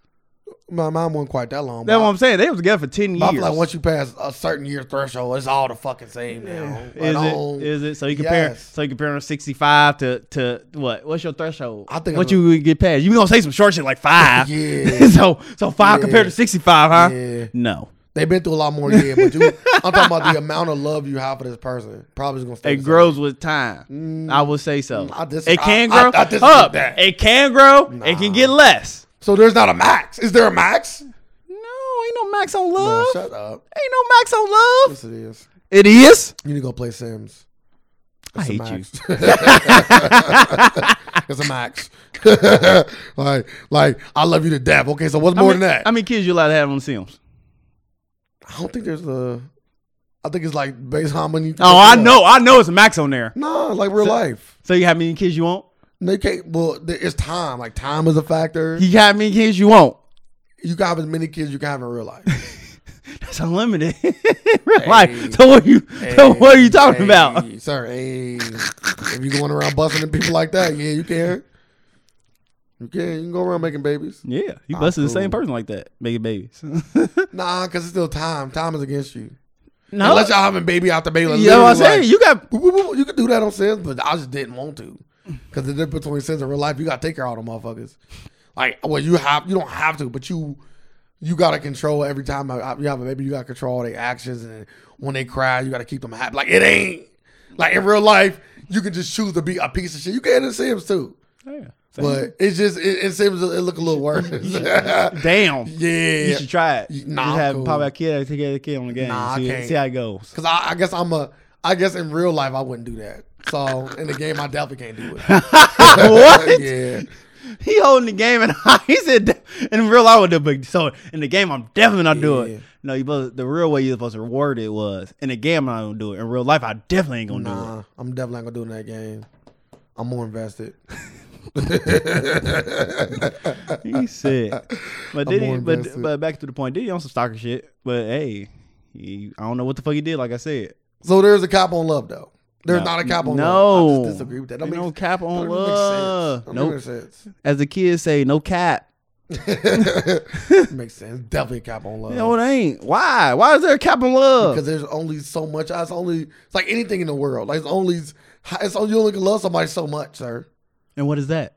B: My mom wasn't quite that long.
A: That's
B: but
A: what
B: I-
A: I'm saying. They was together for ten
B: but I
A: years.
B: feel like once you pass a certain year threshold, it's all the fucking same now. But I
A: is
B: don't-
A: it? Is it? So you compare?
B: Yes.
A: So you compare sixty five to to what? What's your threshold?
B: I think
A: what
B: I'm-
A: you would get past? You gonna say some short shit like five?
B: Yeah.
A: so so five
B: Yeah.
A: compared to sixty five, huh?
B: Yeah.
A: No.
B: They've been through a lot more yeah, but you I'm talking about the amount of love you have for this person. Probably is gonna stay.
A: It
B: the same.
A: grows with time. I would say so.
B: Mm. I dis-
A: it can
B: I- I-
A: grow
B: I disagree with
A: up.
B: that.
A: It can grow. It can get less.
B: So there's not a max. Is there a max?
A: No, ain't no max on
B: Bro,
A: love.
B: shut up.
A: ain't no max on love.
B: Yes, it is.
A: It is.
B: You need to go play Sims.
A: I hate you.
B: you. it's a max. like, like I love you to death. Okay, so what's
A: I
B: more
A: mean,
B: than that?
A: How many kids you allowed to have on Sims?
B: I don't think there's a. I think it's like based on how many. you can
A: Oh, I
B: pick up.
A: know. I know it's a max on there.
B: No, like real life.
A: So you have many kids you want?
B: They can't. Well, there- it's time. Like time is a factor.
A: You have many kids you want?
B: You can have as many kids you can have in real life.
A: That's unlimited. Real life. So what are you? so what are you talking
B: Hey,
A: about?
B: sir? Hey, if you going around busting at people like that, yeah, you can. You can. You can go around making babies.
A: Yeah, you busted the
B: cool.
A: same person like that, making babies.
B: Nah, because it's still time. Time is against you.
A: no,
B: Unless y'all having baby after baby. Like,
A: you know what I'm
B: literally,
A: saying. You got
B: like, woo, woo, woo, you could do that on sins, but I just didn't want to. Because the difference between sins and real life, you got to take care of all the motherfuckers. Like, well, you have you don't have to, but you you got to control every time I- you have a baby. You got to control their actions, and when they cry, you got to keep them happy. Like, it ain't like in real life. You can just choose to be a piece of shit. You can in Sims too,
A: yeah.
B: but it's just it, it seems it look a little worse. yeah,
A: damn. You should try it.
B: You-
A: You,
B: nah,
A: just
B: I'm
A: have
B: cool.
A: pop out kid and take out a kid on the game.
B: Nah, I
A: see,
B: can't.
A: see how it goes.
B: Cause I, I guess I'm a, I guess in real life I wouldn't do that. So in the game I definitely can't do it.
A: what?
B: yeah.
A: He holding the game and he said in real life I would do it, but so in the game I'm definitely not doing
B: Yeah.
A: it. No, you supposed the real way you're supposed to reward it was in the game I'm not gonna do it. In real life I definitely ain't gonna do it.
B: Nah, I'm definitely not gonna do it in that game. I'm more invested.
A: He said. But did
B: more
A: he, but
B: invested.
A: but back to the point, did he on some stalker shit? But hey, he, I don't know what the fuck he did, like I said.
B: So there's a cap on love though. There's
A: No.
B: not a cap on love. I
A: no.
B: just disagree with that. Don't
A: Ain't
B: make-
A: no cap on
B: don't make
A: love.
B: sense. Don't
A: Nope.
B: make sense.
A: As the kids say, no cap.
B: Makes sense. Definitely a cap on love.
A: No, it ain't. Why? Why is there a cap on love?
B: because there's only so much. It's only it's like anything in the world. Like it's only it's only you only can love somebody so much, sir.
A: and what is that?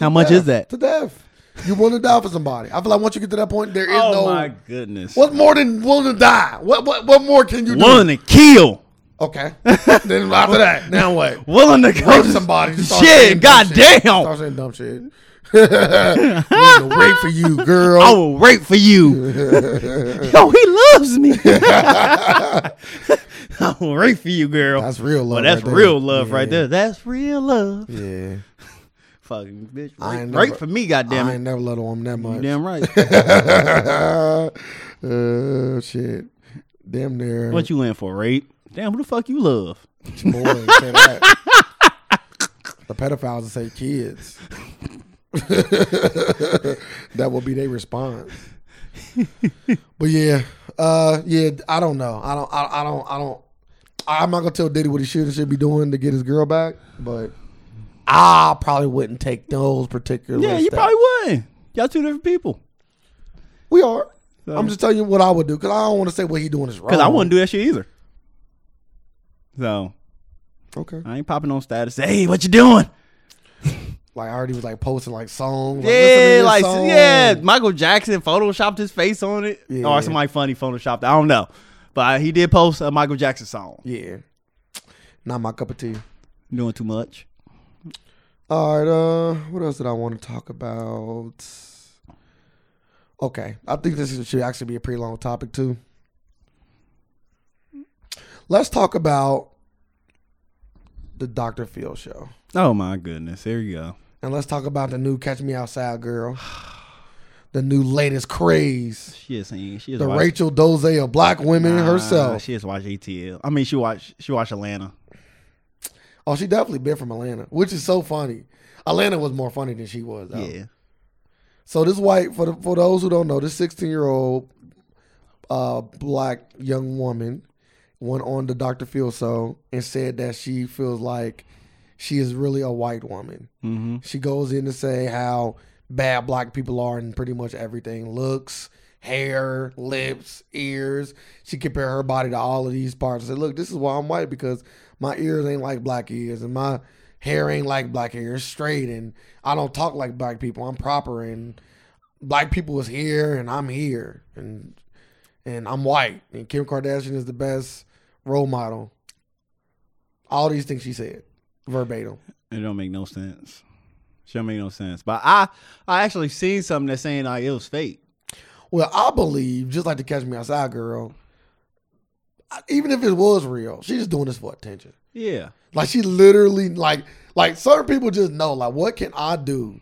A: How much
B: death,
A: is that?
B: To death. You're willing to die for somebody. I feel like once you get to that point, there
A: Oh
B: is no.
A: goodness!
B: What more than willing to die? What what, what more can you do?
A: Willing to kill,
B: Okay. then after that, now what?
A: willing to go
B: Rape
A: to
B: somebody. just start saying
A: Shit,
B: dumb shit.
A: goddamn!
B: Start saying dumb shit. Willing to rape for you, girl.
A: I will rape for you. Yo, he loves me. I will rape for you, girl.
B: That's real love.
A: But that's
B: right there.
A: real love
B: Yeah.
A: right there. That's real love.
B: Yeah.
A: Fucking bitch.
B: I
A: Right,
B: ain't
A: right
B: never-
A: for me, goddamn it.
B: I ain't never let a woman that
A: You
B: much.
A: damn right.
B: uh, shit. Damn near.
A: what you in for, rape? Damn, who the fuck you love?
B: Boy, say that. the pedophiles will say kids. that will be their response. but yeah, uh, yeah, I don't know. I don't. I, I don't. I don't. I'm not gonna tell Diddy what he should and should be doing to get his girl back, but I probably wouldn't take those particular.
A: Yeah, you
B: steps.
A: probably would. Y'all two different people.
B: We are.
A: So-
B: I'm just telling you what I would do because I don't want to say what he doing is wrong.
A: Because I wouldn't do that shit either. So
B: Okay.
A: I ain't popping on status. Say, hey, what you doing?
B: Like I already was like posting like songs. Like, listen to
A: yeah,
B: this
A: like
B: song.
A: yeah, Michael Jackson photoshopped his face on it,
B: Yeah.
A: or somebody funny photoshopped. it. I don't know, but he did post a Michael Jackson song.
B: Yeah. Not my cup of tea.
A: Doing too much.
B: All right, uh, what else did I want to talk about? Okay, I think this is- should actually be a pretty long topic too. Let's talk about the Dr. Phil show,
A: Oh my goodness, here you go.
B: and let's talk about the new "Catch Me Outside" girl, the new latest craze,
A: She is saying she is
B: the
A: watch-
B: Rachel Doze of black women
A: Nah,
B: herself.
A: She is watch ATL. I mean, she watch she watch Atlanta.
B: Oh, she definitely been from Atlanta, which is so funny. Atlanta was more funny than she was. Though.
A: Yeah,
B: So this white for the, for those who don't know, this 16 year old uh, black young woman went on the Dr. Phil show and said that she feels like she is really a white woman.
A: mm-hmm.
B: She goes in to say how bad black people are in pretty much everything: looks, hair, lips, ears. She compared her body to all of these parts. and said, "Look, this is why I'm white because my ears ain't like black ears, and my hair ain't like black hair. It's straight, and I don't talk like black people. I'm proper, and black people was here, and I'm here, and and I'm white. And Kim Kardashian is the best role model. All these things she said, verbatim.
A: it don't make no sense. She don't make no sense. But I I actually seen something that's saying like it was fake.
B: Well, I believe, just like the Catch Me Outside girl, I- even if it was real, she's just doing this for attention.
A: Yeah,
B: Like she literally, like, like certain people just know, like, what can I do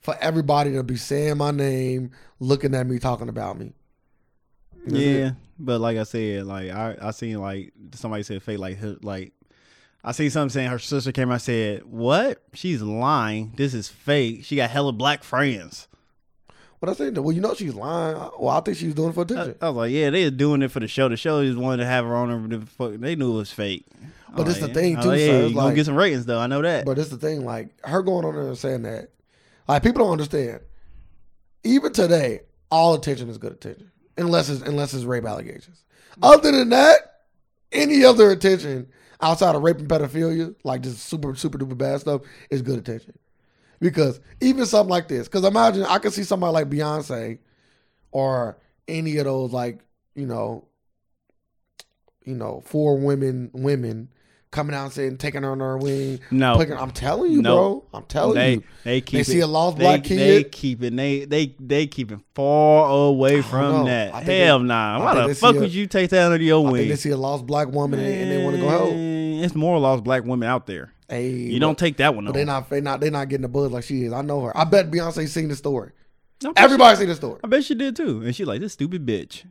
B: for everybody to be saying my name, looking at me, talking about me? That's it.
A: Yeah, but like I said, like I I seen like somebody said fake like her, like I seen something saying her sister came out and said what she's lying this is fake she got hella black friends
B: What I said, well, you know she's lying. Well, I think she was doing it for
A: I,
B: attention.
A: I was like yeah they're doing it for the show the show just wanted to have her on her the fuck- they knew it was fake
B: But
A: I'm
B: this
A: like,
B: the thing,
A: I'm
B: too,
A: like,
B: sir,
A: yeah,
B: it's
A: you gonna
B: like-
A: get some ratings though I know that
B: But it's the thing, like her going on there and saying that, like people don't understand. Even today, all attention is good attention, unless it's unless it's rape allegations. Other than that, any other attention outside of rape and pedophilia, like just super super duper bad stuff, is good attention. Because even something like this, because imagine I could see somebody like Beyonce, or any of those like you know, you know, four women women coming out and saying taking her on her wing,
A: no
B: Picking- I'm telling you,
A: No.
B: bro. I'm telling
A: they
B: you.
A: they keep
B: They see
A: it,
B: a lost
A: they,
B: black
A: they
B: kid.
A: keeping they they they keeping far away
B: don't
A: from
B: know.
A: that
B: I think they-
A: hell nah
B: I
A: why
B: think
A: the
B: they see
A: fuck
B: a-
A: would you take that under your
B: I think
A: wing
B: they see a lost black woman and, and they want to go help.
A: Man, It's more lost black women out there.
B: Hey,
A: You don't take that one.
B: But
A: on.
B: they not they not they not getting the buzz like she is. I know her. I bet Beyonce seen the story.
A: I bet
B: Everybody seen the story.
A: she- I bet she did too. And she like this stupid bitch.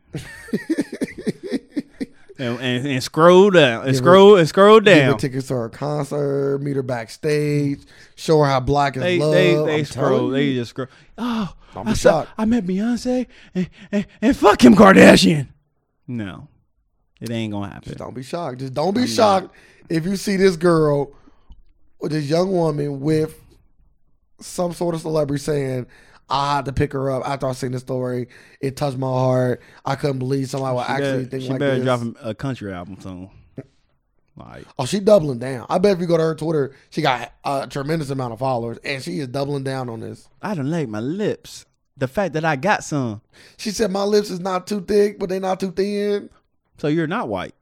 A: and, and and scroll down and
B: Give her-
A: scroll and scroll
B: Give
A: down.
B: her tickets to her concert. Meet her backstage. Show her how black is
A: They
B: love.
A: they they
B: I'm
A: scroll.
B: telling you.
A: They just scroll. Oh,
B: I'm
A: I saw,
B: shocked.
A: I met Beyonce and, and and fuck Kim Kardashian. No, it ain't gonna happen.
B: Just don't be shocked. Just don't be shocked if you see this girl or this young woman with some sort of celebrity saying, I had to pick her up after I seen the story. It touched my heart. I couldn't believe somebody would
A: She
B: actually
A: better,
B: think
A: she
B: like
A: better
B: this.
A: drop a country album soon. Like
B: oh, she doubling down. I bet if you go to her Twitter, she got a tremendous amount of followers, and she is doubling down on this.
A: I don't like my lips. The fact that I got some.
B: She said, "My lips is not too thick, but they not too thin."
A: So you're not white.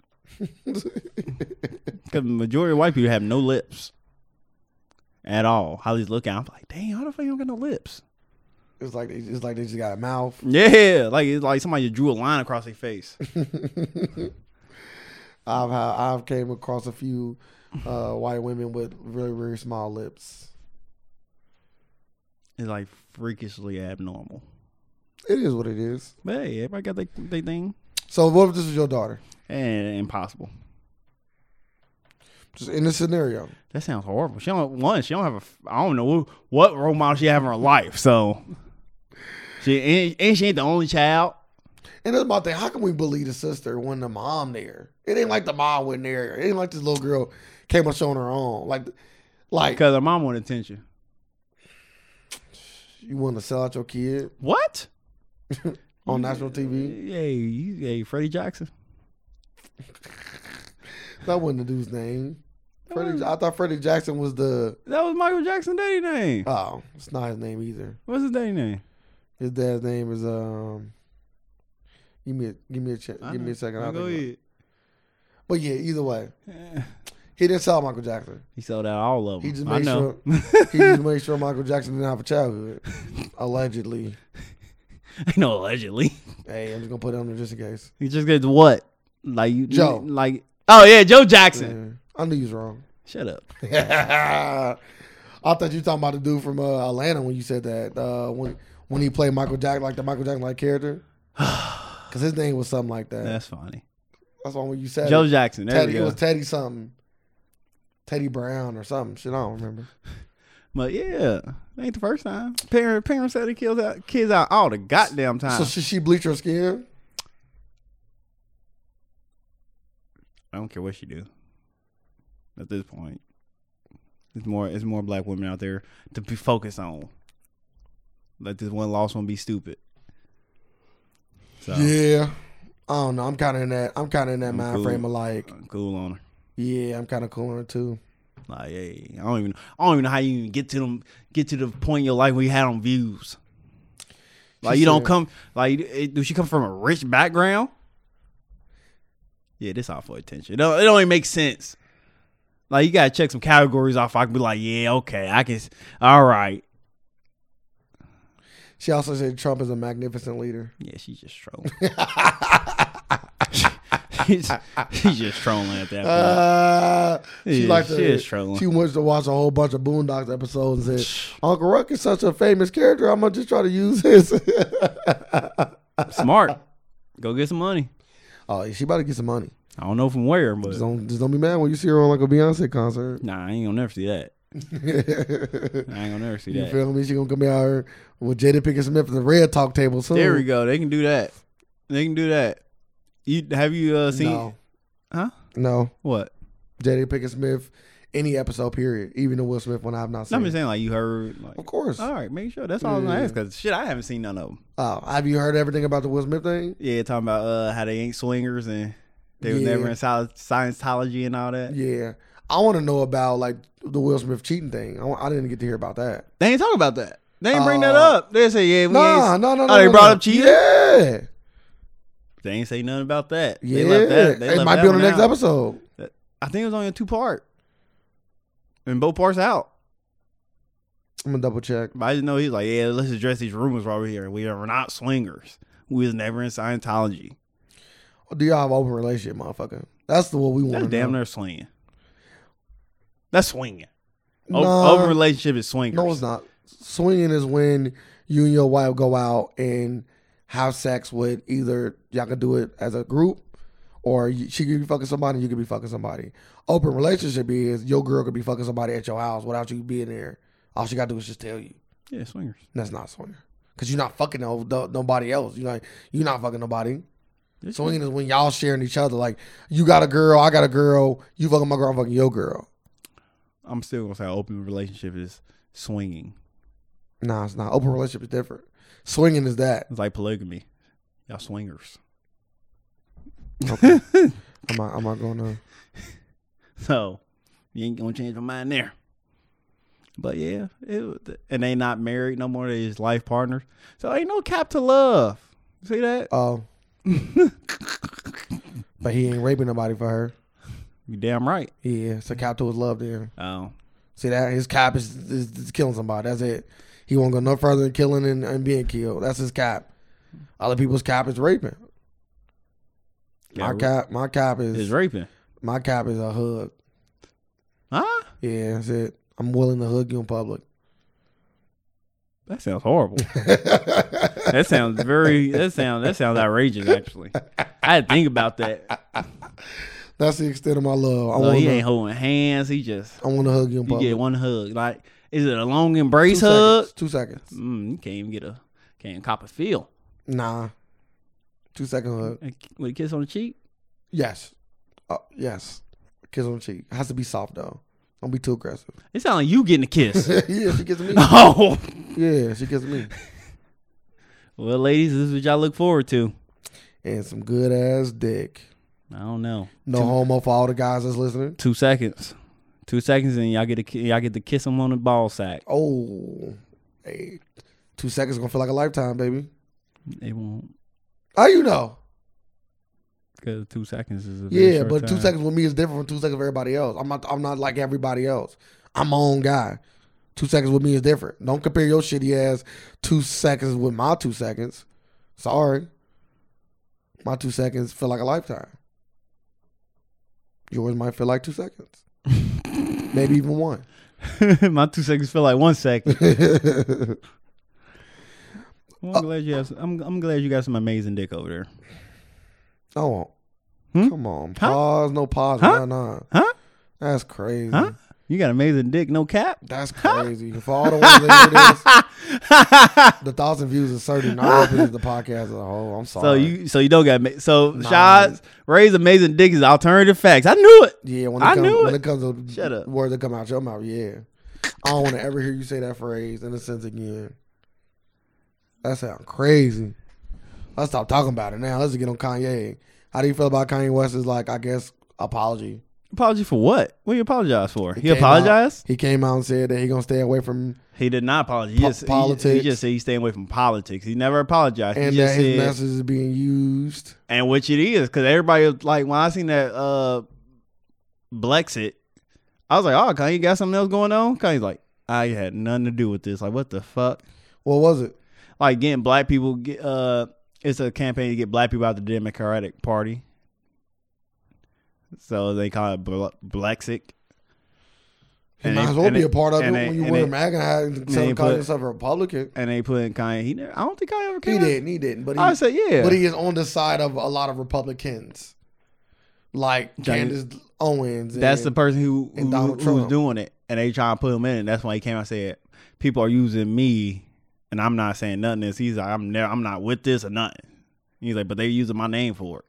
A: Because the majority of white people have no lips at all. How these look out, I'm like, dang, how the fuck you don't got no lips?
B: It's like it's like they just got a mouth.
A: Yeah, like it's like somebody drew a line across their face.
B: I've had, I've came across a few uh, white women with really really small lips.
A: is like freakishly abnormal.
B: It is what it is.
A: But hey, everybody got their they thing.
B: So what if this was your daughter?
A: And impossible.
B: Just in this scenario.
A: That sounds horrible. She don't one. She don't have a. f- I don't know what role model she have in her life. So she and, and she ain't the only child.
B: And that's my thing. How can we believe the sister when the mom there? It ain't like the mom wasn't there. It ain't like this little girl came up on her own. Like, like
A: Because her mom wanted attention.
B: you want to sell out your kid
A: What?
B: on national TV?
A: Hey, you, hey, Freddie Jackson.
B: That wasn't the dude's name. Freddie, I thought Freddie Jackson was the.
A: That was Michael Jackson daddy name.
B: Oh, it's not his name either.
A: What's his daddy name?
B: His dad's name is um. Give me a give me a ch-
A: I
B: give me
A: know.
B: a second. I'll
A: Go
B: think about it.
A: ahead.
B: But yeah, either way,
A: Eh,
B: he didn't sell Michael Jackson.
A: He sold out all of them.
B: He just
A: I
B: made
A: know.
B: He just made sure Michael Jackson didn't have a childhood, allegedly.
A: I know allegedly.
B: Hey, I'm just gonna put it on there just in case.
A: He just gets what? Like you
B: Joe.
A: Like oh yeah, Joe Jackson.
B: Yeah, I knew you was wrong.
A: Shut up.
B: I thought you were talking about the dude from uh, Atlanta when you said that. Uh, when when he played Michael Jackson, like the Michael Jackson like character, because his name was something like that.
A: That's funny.
B: That's why when you said
A: Joe
B: it,
A: Jackson. There
B: Teddy,
A: we
B: it
A: go.
B: was Teddy something, Teddy Brown or something. Shit, I don't remember.
A: But yeah, ain't the first time. Parent, parents said they kills out kids out all the goddamn time.
B: So should she bleach her skin?
A: I don't care what she do. At this point, it's more it's more black women out there to be focused on. Let this one lost one be stupid. So
B: Yeah. I don't know. I'm kind of in that. I'm kind of in that
A: I'm
B: mind
A: cool.
B: frame of like,
A: I'm cool on her.
B: yeah, I'm kind of cool on it too.
A: Like, hey, I don't even I don't even know how you even get to them get to the point in your life where you had on views. Like
B: She
A: you don't
B: said-
A: come like it, does she come from a rich background? Yeah, this all for attention. It don't, it don't even make sense. Like you gotta check some categories off. I can be like, yeah, okay, I can. s- All right,
B: She also said Trump is a magnificent leader.
A: yeah, she's just trolling. she's, she's just trolling at that point.
B: Uh, she
A: Yeah,
B: likes
A: she
B: to.
A: is trolling.
B: She wants to watch a whole bunch of Boondocks episodes and said, "Uncle Ruck is such a famous character. I'm gonna just try to use his."
A: Smart. Go get some money.
B: oh, she about to get some money.
A: I don't know from where, but
B: Just don't, just don't be mad when you see her on like a Beyonce concert.
A: nah, I ain't gonna never see that. I ain't gonna never see
B: You
A: that.
B: feel me? She gonna come out here with Jada Pinkett Smith at the Red Talk table soon.
A: There we go. They can do that. They can do that. You have you uh, seen?
B: No,
A: Huh?
B: no,
A: What?
B: Jada Pinkett Smith. Any episode, period. Even the Will Smith one, I have not
A: No, I'm
B: seen.
A: just Oh. saying, like you heard. Like,
B: Of course.
A: all right, make sure. That's all I'm gonna ask. Cause shit, I haven't seen none of them.
B: Oh, have you heard everything about the Will Smith thing?
A: Yeah, talking about uh, how they ain't swingers and they was
B: Yeah.
A: never in sci- Scientology and all that.
B: Yeah, I want to know about like the Will Smith cheating thing. I, wa- I didn't get to hear about that.
A: They ain't talking about that. They ain't bring that
B: Uh,
A: up. They say, yeah, we
B: Nah,
A: ain't.
B: no, no, no.
A: Oh, they
B: no,
A: brought
B: no.
A: up cheating?
B: Yeah,
A: They ain't say nothing about that.
B: yeah.
A: They left that. They
B: it
A: left
B: might
A: that
B: be on the
A: one
B: next
A: out.
B: episode.
A: I think it was only a two part, and both parts out.
B: I'm gonna double check.
A: But I just know he's like, yeah, let's address these rumors while we're here. We are not swingers. We was never in Scientology.
B: Do y'all have open relationship, motherfucker? That's the what we want.
A: That's
B: to
A: damn
B: know.
A: near swinging. That's swinging. O-
B: Nah,
A: open relationship is swingers.
B: no, it's not. Swinging is when you and your wife go out and have sex with either y'all can do it as a group, or you, she could be fucking somebody, you could be fucking somebody. Open relationship is your girl could be fucking somebody at your house without you being there. All she gotta do is just tell you.
A: Yeah, swingers.
B: That's not swinging. Cause you're not fucking no, no- nobody else. You're not you're not fucking nobody.
A: Yes,
B: Swinging is when y'all sharing each other. Like you got a girl, I got a girl. You fucking my girl, I'm fucking your girl.
A: I'm still gonna say open relationship is swinging.
B: Nah, it's not. Open relationship is different. Swinging is that.
A: It's like polygamy. Y'all swingers.
B: Okay. I'm not. I'm not going to.
A: So you ain't gonna change my mind there. But yeah, it, was- and they not married no more. They just life partners. So ain't no cap to love. See that?
B: Oh, but he ain't raping nobody for her.
A: You damn right.
B: Yeah, it's a cap to his love. There.
A: Oh,
B: See that his cap is, is, is killing somebody. That's it. He won't go no further than killing and, and being killed. That's his cap. Other people's cap is raping.
A: Yeah,
B: my cap. My cap is,
A: is raping.
B: my cap is a hug.
A: Huh?
B: Yeah, that's it. I'm willing to hug you in public.
A: That sounds horrible. that sounds very. That sounds. That sounds outrageous. Actually, I had to think about that.
B: That's the extent of my love. I
A: So
B: want
A: he
B: to.
A: ain't holding hands. He just
B: I want to hug you in
A: you
B: public.
A: get one hug. Like, is it a long
B: Two
A: embrace hug?
B: seconds. Two seconds.
A: Mm, you can't even get a can't even cop a feel.
B: Nah. Two second hug.
A: A- With a kiss on the cheek.
B: Yes. Uh, yes. Kiss on the cheek. Has to be soft though. Don't be too aggressive.
A: It sounds like you getting a kiss.
B: yeah, she gets me.
A: oh.
B: Yeah, she gets me.
A: Well, ladies, this is what y'all look forward to.
B: And some good ass dick.
A: I don't know.
B: No homo for all the guys that's listening.
A: Two seconds. Two seconds, and y'all get a ki- y'all get to kiss him on the ball sack.
B: Oh, hey, two seconds gonna feel like a lifetime, baby.
A: It won't.
B: How you know?
A: Because two seconds is a very
B: Yeah,
A: short
B: but two
A: time.
B: seconds with me is different from two seconds with everybody else. I'm not. I'm not like everybody else. I'm my own guy. Two seconds with me is different. Don't compare your shitty ass two seconds with my two seconds. Sorry, my two seconds feel like a lifetime. Yours might feel like two seconds, maybe even one.
A: My two seconds feel like one second.
B: yeah,
A: Well, I'm glad you have. Some, I'm I'm glad you got some amazing dick over there.
B: I won't.
A: Hmm?
B: Come on,
A: Huh?
B: pause. No pause.
A: Huh?
B: Nah, nah.
A: Huh?
B: That's crazy.
A: Huh? You got amazing dick, no cap.
B: That's crazy. For all the ones that hear this, the thousand views is certain. I represent the podcast as a whole. I'm sorry.
A: So you so you don't got ma- so
B: Nah.
A: shots. Ray's amazing dick is alternative facts. I knew it.
B: yeah, when it
A: I
B: comes
A: knew
B: when
A: it.
B: it comes to
A: Shut up.
B: words that come out your mouth, yeah. I don't want to ever hear you say that phrase in a sense again. That sounds crazy. Let's stop talking about it now. Let's just get on Kanye. How do you feel about Kanye West's like I guess apology?
A: Apology for what? What you apologize for? He,
B: came
A: apologized.
B: He came out and said that he gonna stay away from
A: He did not apologize.
B: Po-
A: He just, he- He,
B: politics.
A: just said he's staying away from politics. He never apologized.
B: and
A: he
B: that
A: just
B: his
A: said,
B: message is being used.
A: and which it is because everybody was like when I seen that uh Blexit, I was like, oh, Kanye got something else going on. Kanye's like, I had nothing to do with this. Like, what the fuck?
B: What was it?
A: Like getting black people. Get, uh, it's a campaign to get black people out of the Democratic Party. So they call it Ble- Blexit.
B: He
A: And
B: might
A: they-
B: as well
A: and
B: be
A: they-
B: a part of it
A: and
B: when
A: they-
B: you
A: and
B: wear a
A: they-
B: MAGA hat and
A: they
B: tell call
A: put-
B: yourself a Republican.
A: And they put in Kanye. He never, I don't think Kanye ever came.
B: He
A: out.
B: didn't. He didn't. But he,
A: I said, yeah.
B: but he is on the side of a lot of Republicans, like
A: Johnny-
B: Candace Owens.
A: That's the
B: and-
A: person who, who
B: and Donald
A: who was
B: Trump.
A: doing it, and they trying to put him in. And that's why he came out and said, "People are using me, and I'm not saying nothing." This he's like, "I'm never, I'm not with this or nothing." He's like, "But they're using my name for it,"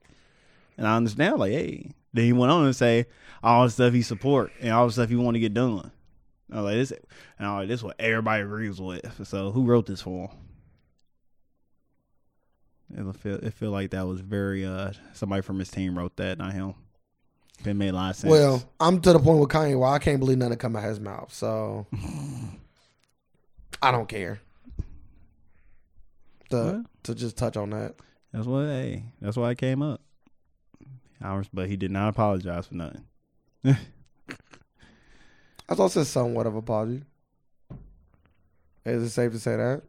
A: and I understand. Like, hey, then he went on and say all the stuff he support and all the stuff he want to get done. I was like, "This," and I was like, "This is what everybody agrees with." So who wrote this for him? It feel it feel like that was very uh somebody from his team wrote that, not him. It made a lot of sense.
B: well. I'm to the point with Kanye where I can't believe nothing come out his mouth. So I don't care. To
A: Well.
B: to just touch on that.
A: That's why. Hey, that's why it came up. I was, but he did not apologize for nothing.
B: I thought it said somewhat of apology. Is it safe to say that?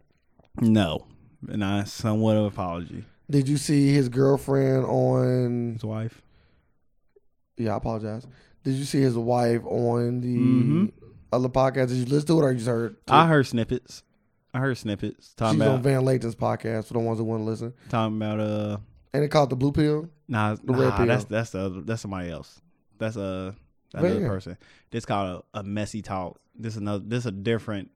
A: No, and I somewhat of apology.
B: Did you see his girlfriend on
A: His wife.
B: Yeah, I apologize. Did you see his wife on the
A: Mhm.
B: other podcast? Did you listen to it or you just heard? it?
A: I heard snippets. I heard snippets talking
B: She's on
A: about
B: Van Lathan's podcast for the ones that want to listen.
A: talking about uh
B: And it called the Blue Pill.
A: nah,
B: red
A: nah
B: pill.
A: that's that's the other, that's somebody else. That's uh another
B: Van.
A: person. This called a, a messy talk. This another this a different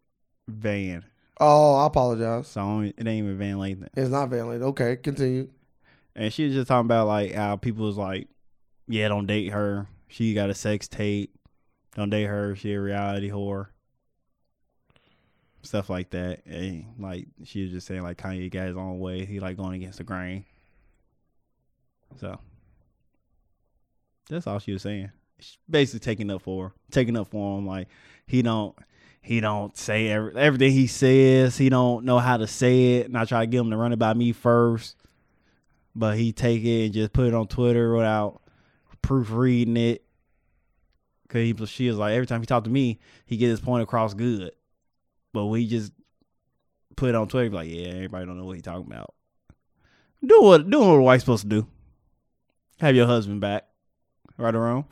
A: van.
B: Oh, I apologize.
A: So I don't- it ain't even Van Lathan.
B: It's not Van Lathan. Okay, continue.
A: And she was just talking about like how people was like, yeah, don't date her. She got a sex tape. Don't date her. She a reality whore. Stuff like that. And like she was just saying like Kanye got his own way. He like going against the grain. So that's all she was saying. She basically taking up for her, taking up for him. Like he don't he don't say every, everything he says. He don't know how to say it. And I try to get him to run it by me first but he take it and just put it on Twitter without proofreading it. Cause he, she was like, every time he talked to me, he get his point across good, but we just put it on Twitter. be Like, yeah, everybody don't know what he talking about. Do what doing what a wife's supposed to do. Have your husband back, right or wrong.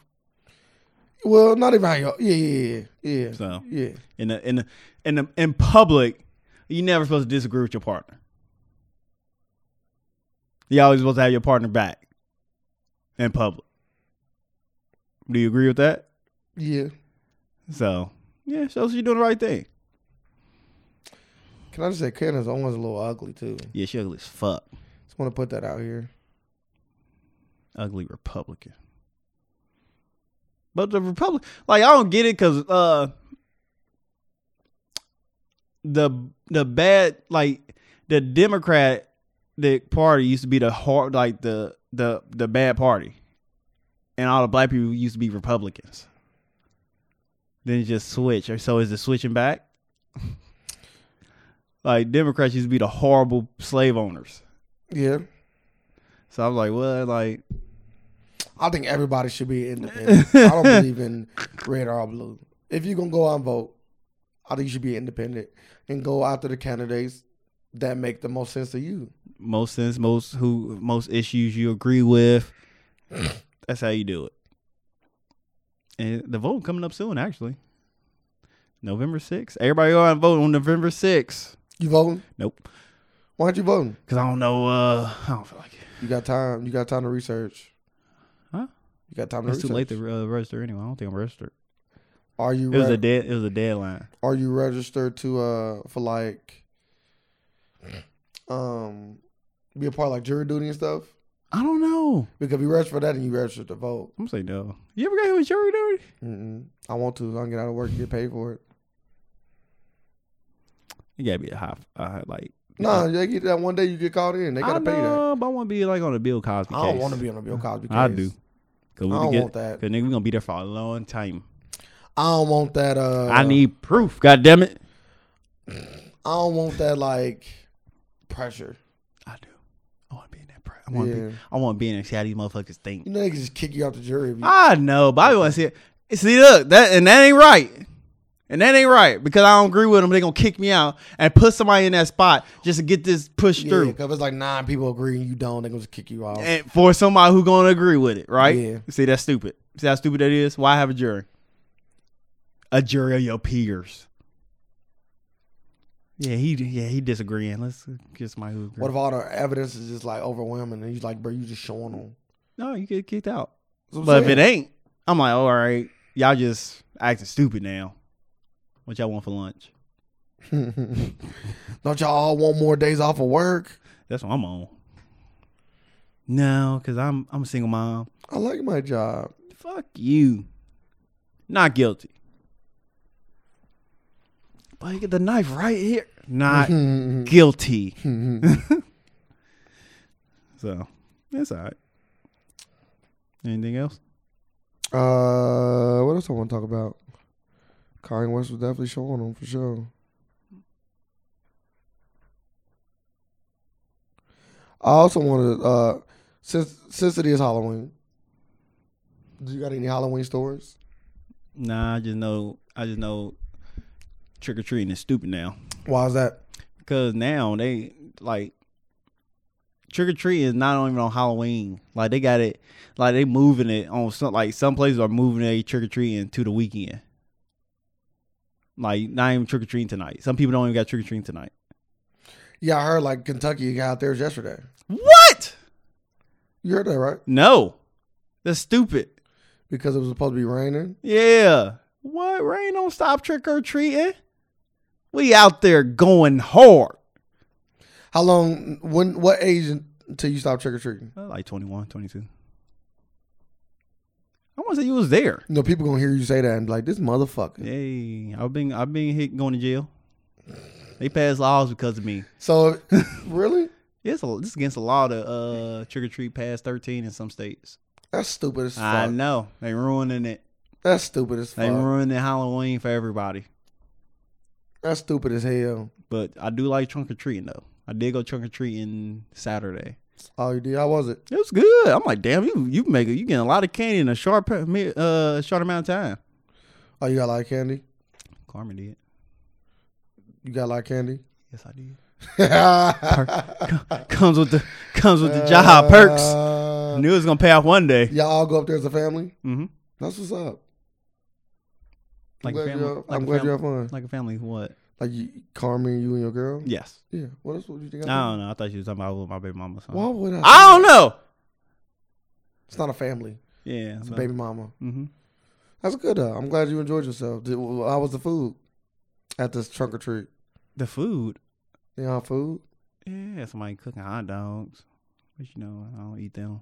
B: Well, not even how y'all. Yeah, yeah, yeah, yeah.
A: So
B: Yeah.
A: in the in the in the in public, You're never supposed to disagree with your partner. You're always supposed to have your partner back in public. Do you agree with that?
B: Yeah.
A: So yeah, shows you're doing the right thing.
B: Can I just say Candace Owens a little ugly too?
A: Yeah, she ugly as fuck.
B: Just want to put that out here.
A: Ugly Republican. But the Republic, like I don't get it, cause uh, the the bad like the Democrat the party used to be the hard like the the the bad party, and all the black people used to be Republicans. Then it just switch, or so is it switching back? like Democrats used to be the horrible slave owners.
B: Yeah.
A: So I'm like, what? Like,
B: I think everybody should be independent. I don't believe in red or blue. If you're gonna go out and vote, I think you should be independent and go after the candidates that make the most sense to you.
A: most sense, most who, most issues you agree with. That's how you do it. And the vote coming up soon, actually. November 6th. Everybody go out and vote on November 6th.
B: You voting?
A: Nope.
B: Why aren't you voting?
A: Because I don't know. Uh, I don't feel like it.
B: You got time. You got time to research.
A: Huh?
B: You got time to
A: It's
B: research.
A: too late to uh, register anyway. I don't think I'm registered.
B: Are you
A: It was
B: re-
A: a dead. It was a deadline.
B: are you registered to uh for like um be a part of like jury duty and stuff?
A: I don't know.
B: Because if you register for that and you register to vote,
A: I'm saying no. You ever got hit with jury duty?
B: mm-mm. I want to. I can get out of work and get paid for it.
A: It gotta be a high, uh, like.
B: Nah, they get that one day you get called in. They
A: I
B: gotta pay that.
A: know, but I want to be like on a Bill Cosby.
B: I don't
A: case.
B: want to be on a Bill Cosby case.
A: I do. Cause
B: I
A: we
B: don't
A: get,
B: want that.
A: Cause nigga, we gonna be there for a long time.
B: I don't want that. Uh,
A: I need proof. God damn it.
B: I don't want that like pressure.
A: I do. I want to be in that. Pre- I want to
B: Yeah.
A: be. I want to be in there. See how these motherfuckers think.
B: You know they can just kick you out the jury. If you,
A: I know, but I want to see it. See, look, that and that ain't right. And that ain't right because I don't agree with them. They gonna kick me out and put somebody in that spot just to get this pushed
B: yeah,
A: through,
B: 'cause it's like nine people agree and you don't, they gonna just kick you out.
A: and for somebody who gonna agree with it, right?
B: Yeah.
A: See, that's stupid. See how stupid that is. Why have a jury? A jury of your peers. Yeah, he yeah he disagreeing. Let's get somebody who. Agree.
B: What if all the evidence is just like overwhelming and you like, bro, you just showing them.
A: no, you get kicked out.
B: That's what
A: But
B: I'm
A: if it
B: saying.
A: ain't, I'm like, all right, y'all just acting stupid now. What y'all want for lunch?
B: don't y'all all want more days off of work?
A: That's what I'm on. No, cause I'm I'm a single mom.
B: I like my job.
A: Fuck you. Not guilty. But you get the knife right here. Not guilty. so that's all right. Anything else?
B: Uh, what else I want to talk about? Kanye West was definitely showing them for sure. I also wanted uh, since since it is Halloween, do you got any Halloween stories?
A: Nah, I just know I just know trick or treating is stupid now.
B: Why is that?
A: Cause now they like trick or treat is not even on Halloween. Like they got it, like they moving it on some. Like some places are moving a trick or treating to the weekend. Like not even trick or treating tonight. Some people don't even got trick or treating tonight.
B: Yeah, I heard like Kentucky got out there yesterday.
A: What?
B: You heard that right?
A: No, that's stupid.
B: Because it was supposed to be raining.
A: Yeah. What? Rain don't stop trick or treating. We out there going hard.
B: How long? When? What age until you stop trick or treating?
A: Uh, Like 21, 22. I want to say you was there.
B: You know, people gonna hear you say that and be like, "This motherfucker."
A: Hey, I've been I've been hit going to jail. They passed laws because of me.
B: So, really?
A: It's a, it's against the law to uh, trick or treat past thirteen in some states.
B: That's stupid as fuck.
A: I know they ruining it.
B: That's stupid as
A: They
B: fuck.
A: ruining Halloween for everybody.
B: That's stupid as hell.
A: But I do like trunk or treating though. I did go trunk or treating Saturday.
B: Oh, you did? How was it?
A: It was good. I'm like, damn, you you make you getting a lot of candy in a short pe- me- uh short amount of time.
B: Oh, you got a lot of candy?
A: Carmen did.
B: You got a lot of candy?
A: Yes, I did.
B: With
A: comes with the comes with the job perks. Knew it was gonna pay off one day.
B: Uh, Y'all all go up there as a family?
A: Mm-hmm.
B: That's what's up. I'm
A: Like a
B: glad,
A: family,
B: y'all,
A: like
B: I'm
A: a
B: glad
A: family-
B: you have fun.
A: Like a family, what?
B: Like you, Carmen, you and your girl.
A: Yes.
B: Yeah. What else would you think?
A: I
B: I do?
A: don't know. I thought you was talking about with my baby mama's son.
B: Why would I?
A: I don't know.
B: It's not a family.
A: Yeah.
B: It's a baby mama.
A: Mm-hmm.
B: That's good though. I'm glad you enjoyed yourself. Did, how was the food at this trunk or treat?
A: The food.
B: You know, food.
A: Yeah, somebody cooking hot dogs. But you know, I don't eat them.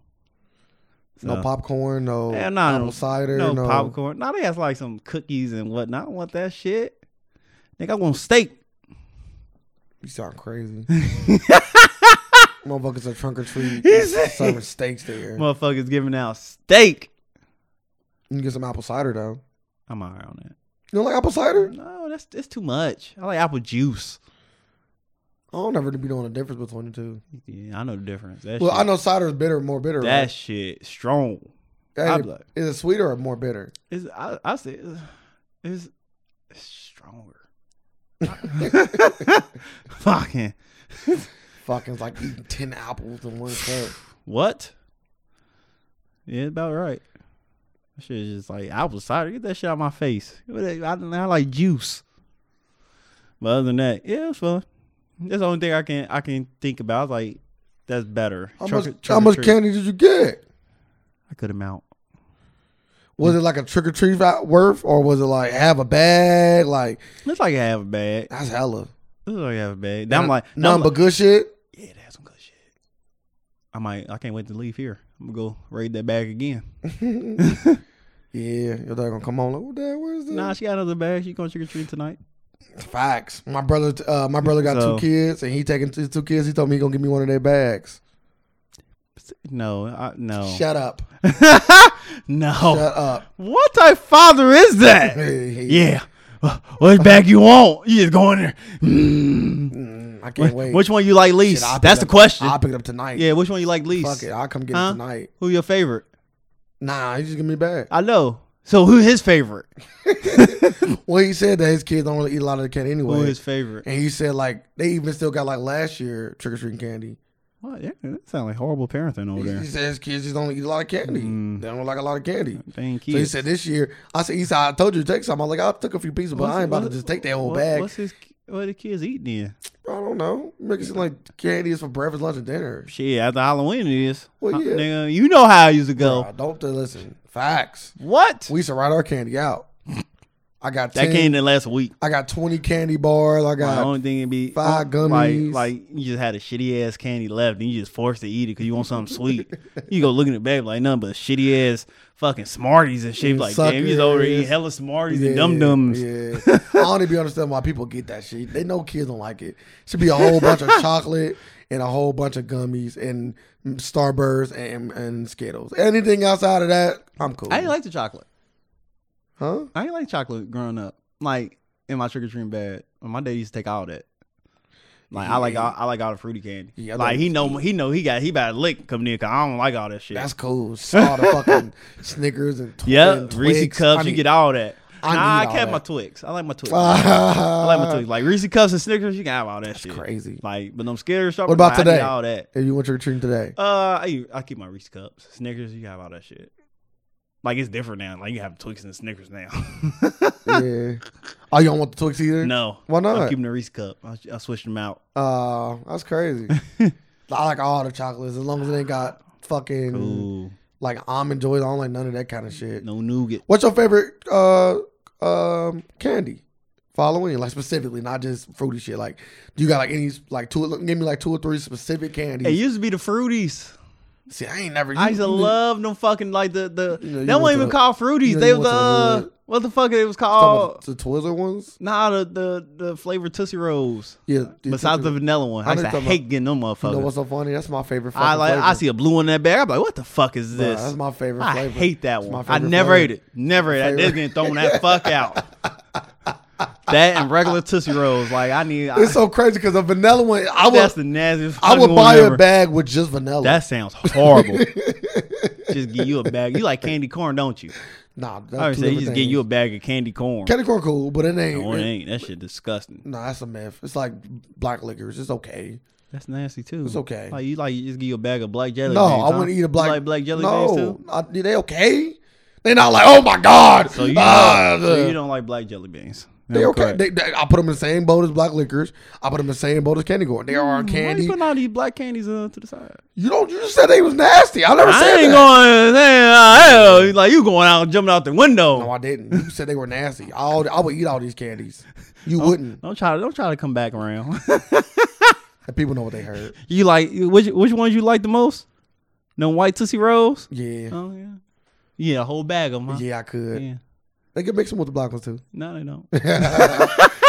B: No
A: So-
B: popcorn. No
A: Yeah, nah,
B: apple
A: no-
B: cider.
A: No,
B: No,
A: popcorn. Now they has like some cookies and whatnot. I don't want that shit. Nigga, I want steak.
B: You sound crazy. Motherfuckers at trunk or treat
A: He said-
B: serving steaks there.
A: Motherfuckers giving out steak.
B: You can get some apple cider though.
A: I'm alright on that.
B: You don't like apple cider?
A: No, that's that's too much. I like apple juice.
B: I don't ever be knowing the difference between the two.
A: Yeah, I know the difference. That
B: Well,
A: shit,
B: I know cider is bitter, more bitter.
A: that
B: Right?
A: shit strong.
B: That
A: I'm
B: is,
A: like,
B: is it sweeter or more bitter?
A: it's, I, I say it's, it's, it's stronger. Fucking
B: Fucking it's like eating ten apples in one cup.
A: what? Yeah, about right. That shit is just like apple cider. Get that shit out of my face. What the- I, I like juice. But other than that, yeah, it was fun. That's the only thing I can I can think about. I was like, that's better.
B: How
A: Truck-
B: much?
A: truck
B: how
A: or
B: much
A: treat.
B: candy did you get?
A: I could amount.
B: Was it like a trick or treat va- worth, or was it like have a bag? Like
A: It's like I have a bag.
B: that's hella.
A: It's like I have a bag. Now I'm
B: None-
A: like, now
B: none
A: I'm
B: but
A: like,
B: good shit.
A: yeah, that's some good shit. I might. I can't wait to leave here. I'm gonna go raid that bag again.
B: Yeah, your dad gonna come home like, what the hell, where's this?
A: Nah, she got another bag. She going trick or treat tonight.
B: Facts. My brother, uh, my brother got
A: So-
B: two kids, and he taking his two kids. He told me he gonna give me one of their bags.
A: No, I, no,
B: Shut up.
A: no.
B: Shut up.
A: What type father is that? yeah. Uh, What bag you want? You just go in there. Mm.
B: Mm, I can't wait.
A: Which one you like least?
B: Shit, I'll pick
A: That's
B: it
A: the
B: up-
A: question.
B: I'll pick it up tonight.
A: yeah, which one you like
B: Fuck
A: least?
B: it. I'll come get
A: Huh?
B: it tonight.
A: Who your favorite?
B: Nah, he just give me a bag.
A: I know. So who his favorite?
B: Well, he said that his kids don't really eat a lot of the candy
A: Who
B: anyway.
A: his favorite?
B: And he said like they even still got like last year trick or treating candy.
A: What? Yeah, that sounds like horrible parenting over
B: He,
A: there.
B: he said his kids just don't eat a lot of candy.
A: Oh, Mm.
B: They don't like a lot of candy.
A: Thank
B: So he
A: you.
B: said this year, I said, he said, I told you to take some. I'm like, I took a few pieces, but I ain't about to just take that whole bag.
A: What's his? What the kids eating then?
B: I don't know. Make it seem like candy is for breakfast, lunch, and dinner.
A: Shit, after Halloween it is.
B: Well,
A: Uh,
B: yeah.
A: nigga, you know how I used to go.
B: Bro, don't do- listen. Facts.
A: What?
B: We used to write our candy out. I got
A: that
B: 10,
A: came in last week.
B: I got 20 candy bars. I
A: The
B: got
A: only thing it'd be
B: five
A: oh,
B: gummies.
A: Like, like you just had a shitty ass candy left, and you just forced to eat it because you want something sweet. You go look in the bag like nothing but shitty ass fucking Smarties and shit.
B: Mm,
A: Like damn, you just over here eating
B: suckers.
A: hella Smarties and Dum Dums.
B: Yeah. I don't even understand why people get that shit. They know kids don't like it. Should be a whole bunch of chocolate and a whole bunch of gummies and Starburst and, and Skittles. Anything outside of that, I'm cool.
A: I ain't like the chocolate.
B: huh?
A: I ain't like chocolate growing up. Like in my trick or treating bag, When my dad used to take all that. Like I like all, I like all the fruity candy.
B: Yeah, I
A: like
B: know.
A: he know he know he got he about to lick come near. Cause I don't like all that shit.
B: That's cool. Saw the fucking Snickers and, tw-
A: yeah,
B: and
A: Reese
B: Twix.
A: cups.
B: I
A: you
B: mean,
A: get all that.
B: I
A: nah, I
B: need all
A: kept
B: that.
A: my Twix. I like my Twix. I
B: I
A: like my Twix. Like Reese cups and Snickers. You can have all that shit.
B: Crazy.
A: Like, but I'm scared.
B: What about
A: like, I need
B: today?
A: all that.
B: If you went trick or treating today,
A: Uh, I I keep my Reese cups, Snickers. You can have all that shit. Like it's different now. Like you have Twix and Snickers now.
B: yeah. Oh, you don't want the Twix either?
A: no,
B: Why not?
A: I'm keeping the Reese cup. I, I switched them out.
B: Uh, that's crazy. I like all the chocolates as long as they ain't got fucking
A: Ooh,
B: like almond joys. I don't like none of that kind of shit.
A: no nougat.
B: What's your favorite uh um candy? for Halloween, like specifically, not just fruity shit. Like, do you got like any like two? Give me like two or three specific
A: It
B: candies.
A: used to be the fruities.
B: See, I ain't never.
A: I used to
B: you-
A: love them fucking like the the.
B: Mm-hmm. You know, you
A: they don't
B: went to
A: even
B: the-
A: call fruities.
B: you know,
A: they
B: you
A: was
B: went to the
A: uh,
B: hood.
A: what the fuck it was
B: Talking
A: called?
B: about the Twizzler ones.
A: Nah, the the the flavored Tootsie Rolls.
B: Yeah.
A: Besides the
B: you
A: vanilla one,
B: I
A: I
B: know
A: used to
B: you're talking
A: hate getting them motherfuckers.
B: know what's so funny? That's my favorite.
A: I
B: fucking
A: like
B: flavor.
A: I see a blue one in that bag. I'm like, what the fuck is
B: Bruh,
A: this?
B: That's my favorite
A: I
B: flavor.
A: hate that
B: It's
A: one.
B: my
A: I
B: favorite
A: never
B: flavor.
A: ate it. Never ate it. This
B: Favorite.
A: getting thrown that fuck out. that and regular Tootsie Rolls. Like I need. I,
B: It's so crazy because a vanilla one. I would
A: that's the nastiest.
B: I
A: fucking
B: would
A: one
B: buy
A: ever.
B: a bag with just vanilla.
A: That sounds horrible. just give you a bag. You like candy corn, don't you?
B: nah, that's
A: I always
B: two
A: say you
B: different
A: just
B: things.
A: get you a bag of candy corn.
B: candy corn cool, but it ain't.
A: no,
B: it-
A: it ain't. That shit disgusting.
B: Nah, that's a myth. It's like black liquors. It's okay.
A: That's nasty too. It's
B: okay.
A: Like you like you just give you a bag of black jelly.
B: no,
A: beans,
B: I
A: huh?
B: wouldn't eat a black
A: You like black jelly
B: no,
A: beans too.
B: I- they okay. They not like oh my god.
A: So you,
B: ah,
A: don't, so
B: the-
A: you don't like black jelly beans.
B: They okay. They, they- I put them in the same boat as black liquors. I put them in the same boat as candy corn. They are
A: Mm, Mm-hmm. Why you
B: candy.
A: putting all these black candies uh, to the side?
B: You don't. You just said they was nasty. I never
A: I
B: said
A: ain't
B: that.
A: going. uh, Hell, like you going out jumping out the window.
B: No, I didn't. You said they were nasty. All I would eat all these candies. You
A: Oh.
B: wouldn't.
A: Don't try to don't try to come back around.
B: And people know what they heard.
A: you like which which ones you like the most? No white tootsie rolls.
B: Yeah.
A: Oh yeah, yeah, a whole bag of them. Huh?
B: Yeah, I could.
A: Uh-huh. Yeah.
B: They could mix them with the black ones too.
A: No, they don't.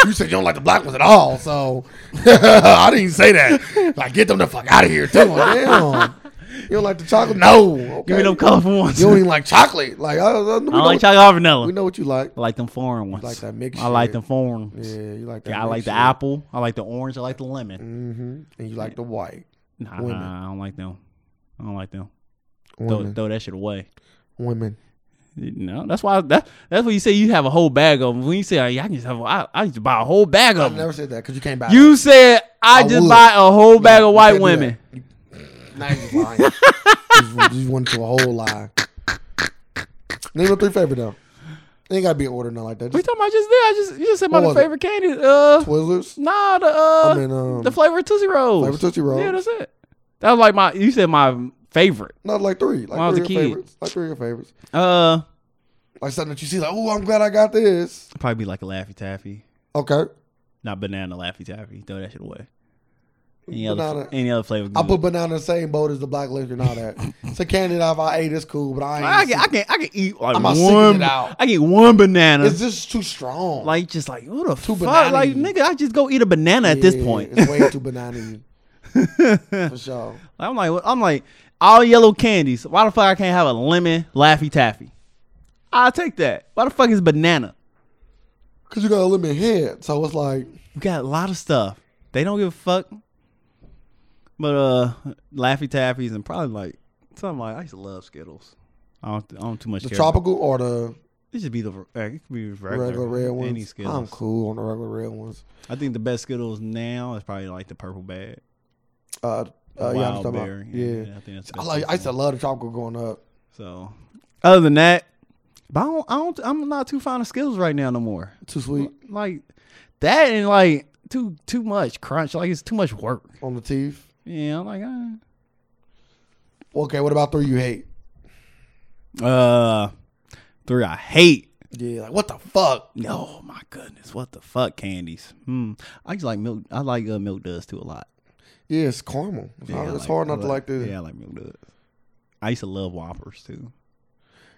B: you said you don't like the black ones at all, so I didn't say that. Like, get them the fuck out of here too. Like, Damn. You don't like the chocolate? No. Okay.
A: Give me them colorful ones.
B: You don't even like chocolate. Like, I, I, we,
A: I
B: know
A: don't like
B: what,
A: chocolate or vanilla.
B: we know what you like.
A: I like them foreign ones.
B: like that mixed
A: I like
B: shit.
A: them foreign
B: Yeah,
A: ones.
B: you like that.
A: Yeah, I like the apple. I like the orange. I like the lemon.
B: Mm-hmm. And you like the white.
A: Nah,
B: Women.
A: I don't like them. I don't like them. Throw,
B: Women.
A: throw that shit away.
B: Women.
A: No, that's why that that's what you say you have a whole bag of them. When you say "Oh, I, I just have, I, I used to buy a whole bag
B: I
A: of them.
B: never said that because you came back.
A: You said I,
B: I
A: just
B: would.
A: buy a whole bag of
B: you
A: white
B: can't do that.
A: women.
B: You- Now you just lying. you, just, you just went to a whole lie. Name your three favorite though. Ain't gotta be in order nothing like that.
A: We
B: Just
A: talking about just there. I just you just said my
B: What was it?
A: favorite candy. Uh,
B: Twizzlers.
A: nah, the uh,
B: I mean, um,
A: the flavor of tootsie rolls.
B: Flavor Tootsie Rolls.
A: Yeah, that's it. That was like my. You said my favorite.
B: Not like three. Like
A: When I was
B: three
A: a
B: of your
A: kid.
B: favorites. Like three of your favorites.
A: Uh,
B: Like something that you see, like, oh, I'm glad I got this.
A: probably be like a Laffy Taffy,
B: Okay.
A: not banana Laffy Taffy. Throw that shit away. Any
B: Banana.
A: other any other flavor?
B: I
A: good.
B: put banana in the same boat as the black liquor and all that. it's a candy that if I ate, it's cool, but I ain't.
A: I can, I can I can eat like
B: I'm not seeking
A: one.
B: it out.
A: I get one banana.
B: it's just too strong.
A: like just like what the fuck?
B: banana-y.
A: Like nigga, I just go eat a banana at this
B: Yeah,
A: point.
B: it's way too banana for sure.
A: I'm like what- I'm like all yellow candies. Why the fuck I can't have a lemon laffy taffy? I'll take that. Why the fuck is banana?
B: Cause you got a lemon head, so it's like
A: You got a lot of stuff. They don't give a fuck. But uh, laffy taffies and probably like something like I used to love Skittles. I don't, I don't too much
B: the
A: care.
B: tropical or the
A: it should be the eh, it could be regular,
B: regular red ones.
A: Any Skittles.
B: I'm cool on the regular red ones.
A: I think the best Skittles now is probably like the purple bag.
B: Uh, uh, yeah, I'm talking about, yeah.
A: I think that's the best
B: I like. I
A: Skittles.
B: used to love the tropical growing up.
A: So, other than that, but I don't, I don't, I'm not too fond of Skittles right now no more.
B: Too sweet
A: Like that and like too too much crunch. Like it's too much work.
B: on the teeth.
A: Yeah, I'm like uh,
B: Okay, what about three you hate?
A: uh, three I hate.
B: Yeah, like what the fuck?
A: Oh my goodness, what the fuck candies? Hmm, I just like milk. I like uh, milk duds too a lot.
B: Yeah, it's caramel. It's,
A: Yeah,
B: hard,
A: I
B: Oh, it's hard not
A: I
B: to like this.
A: Yeah, I like milk duds. I used to love Whoppers too.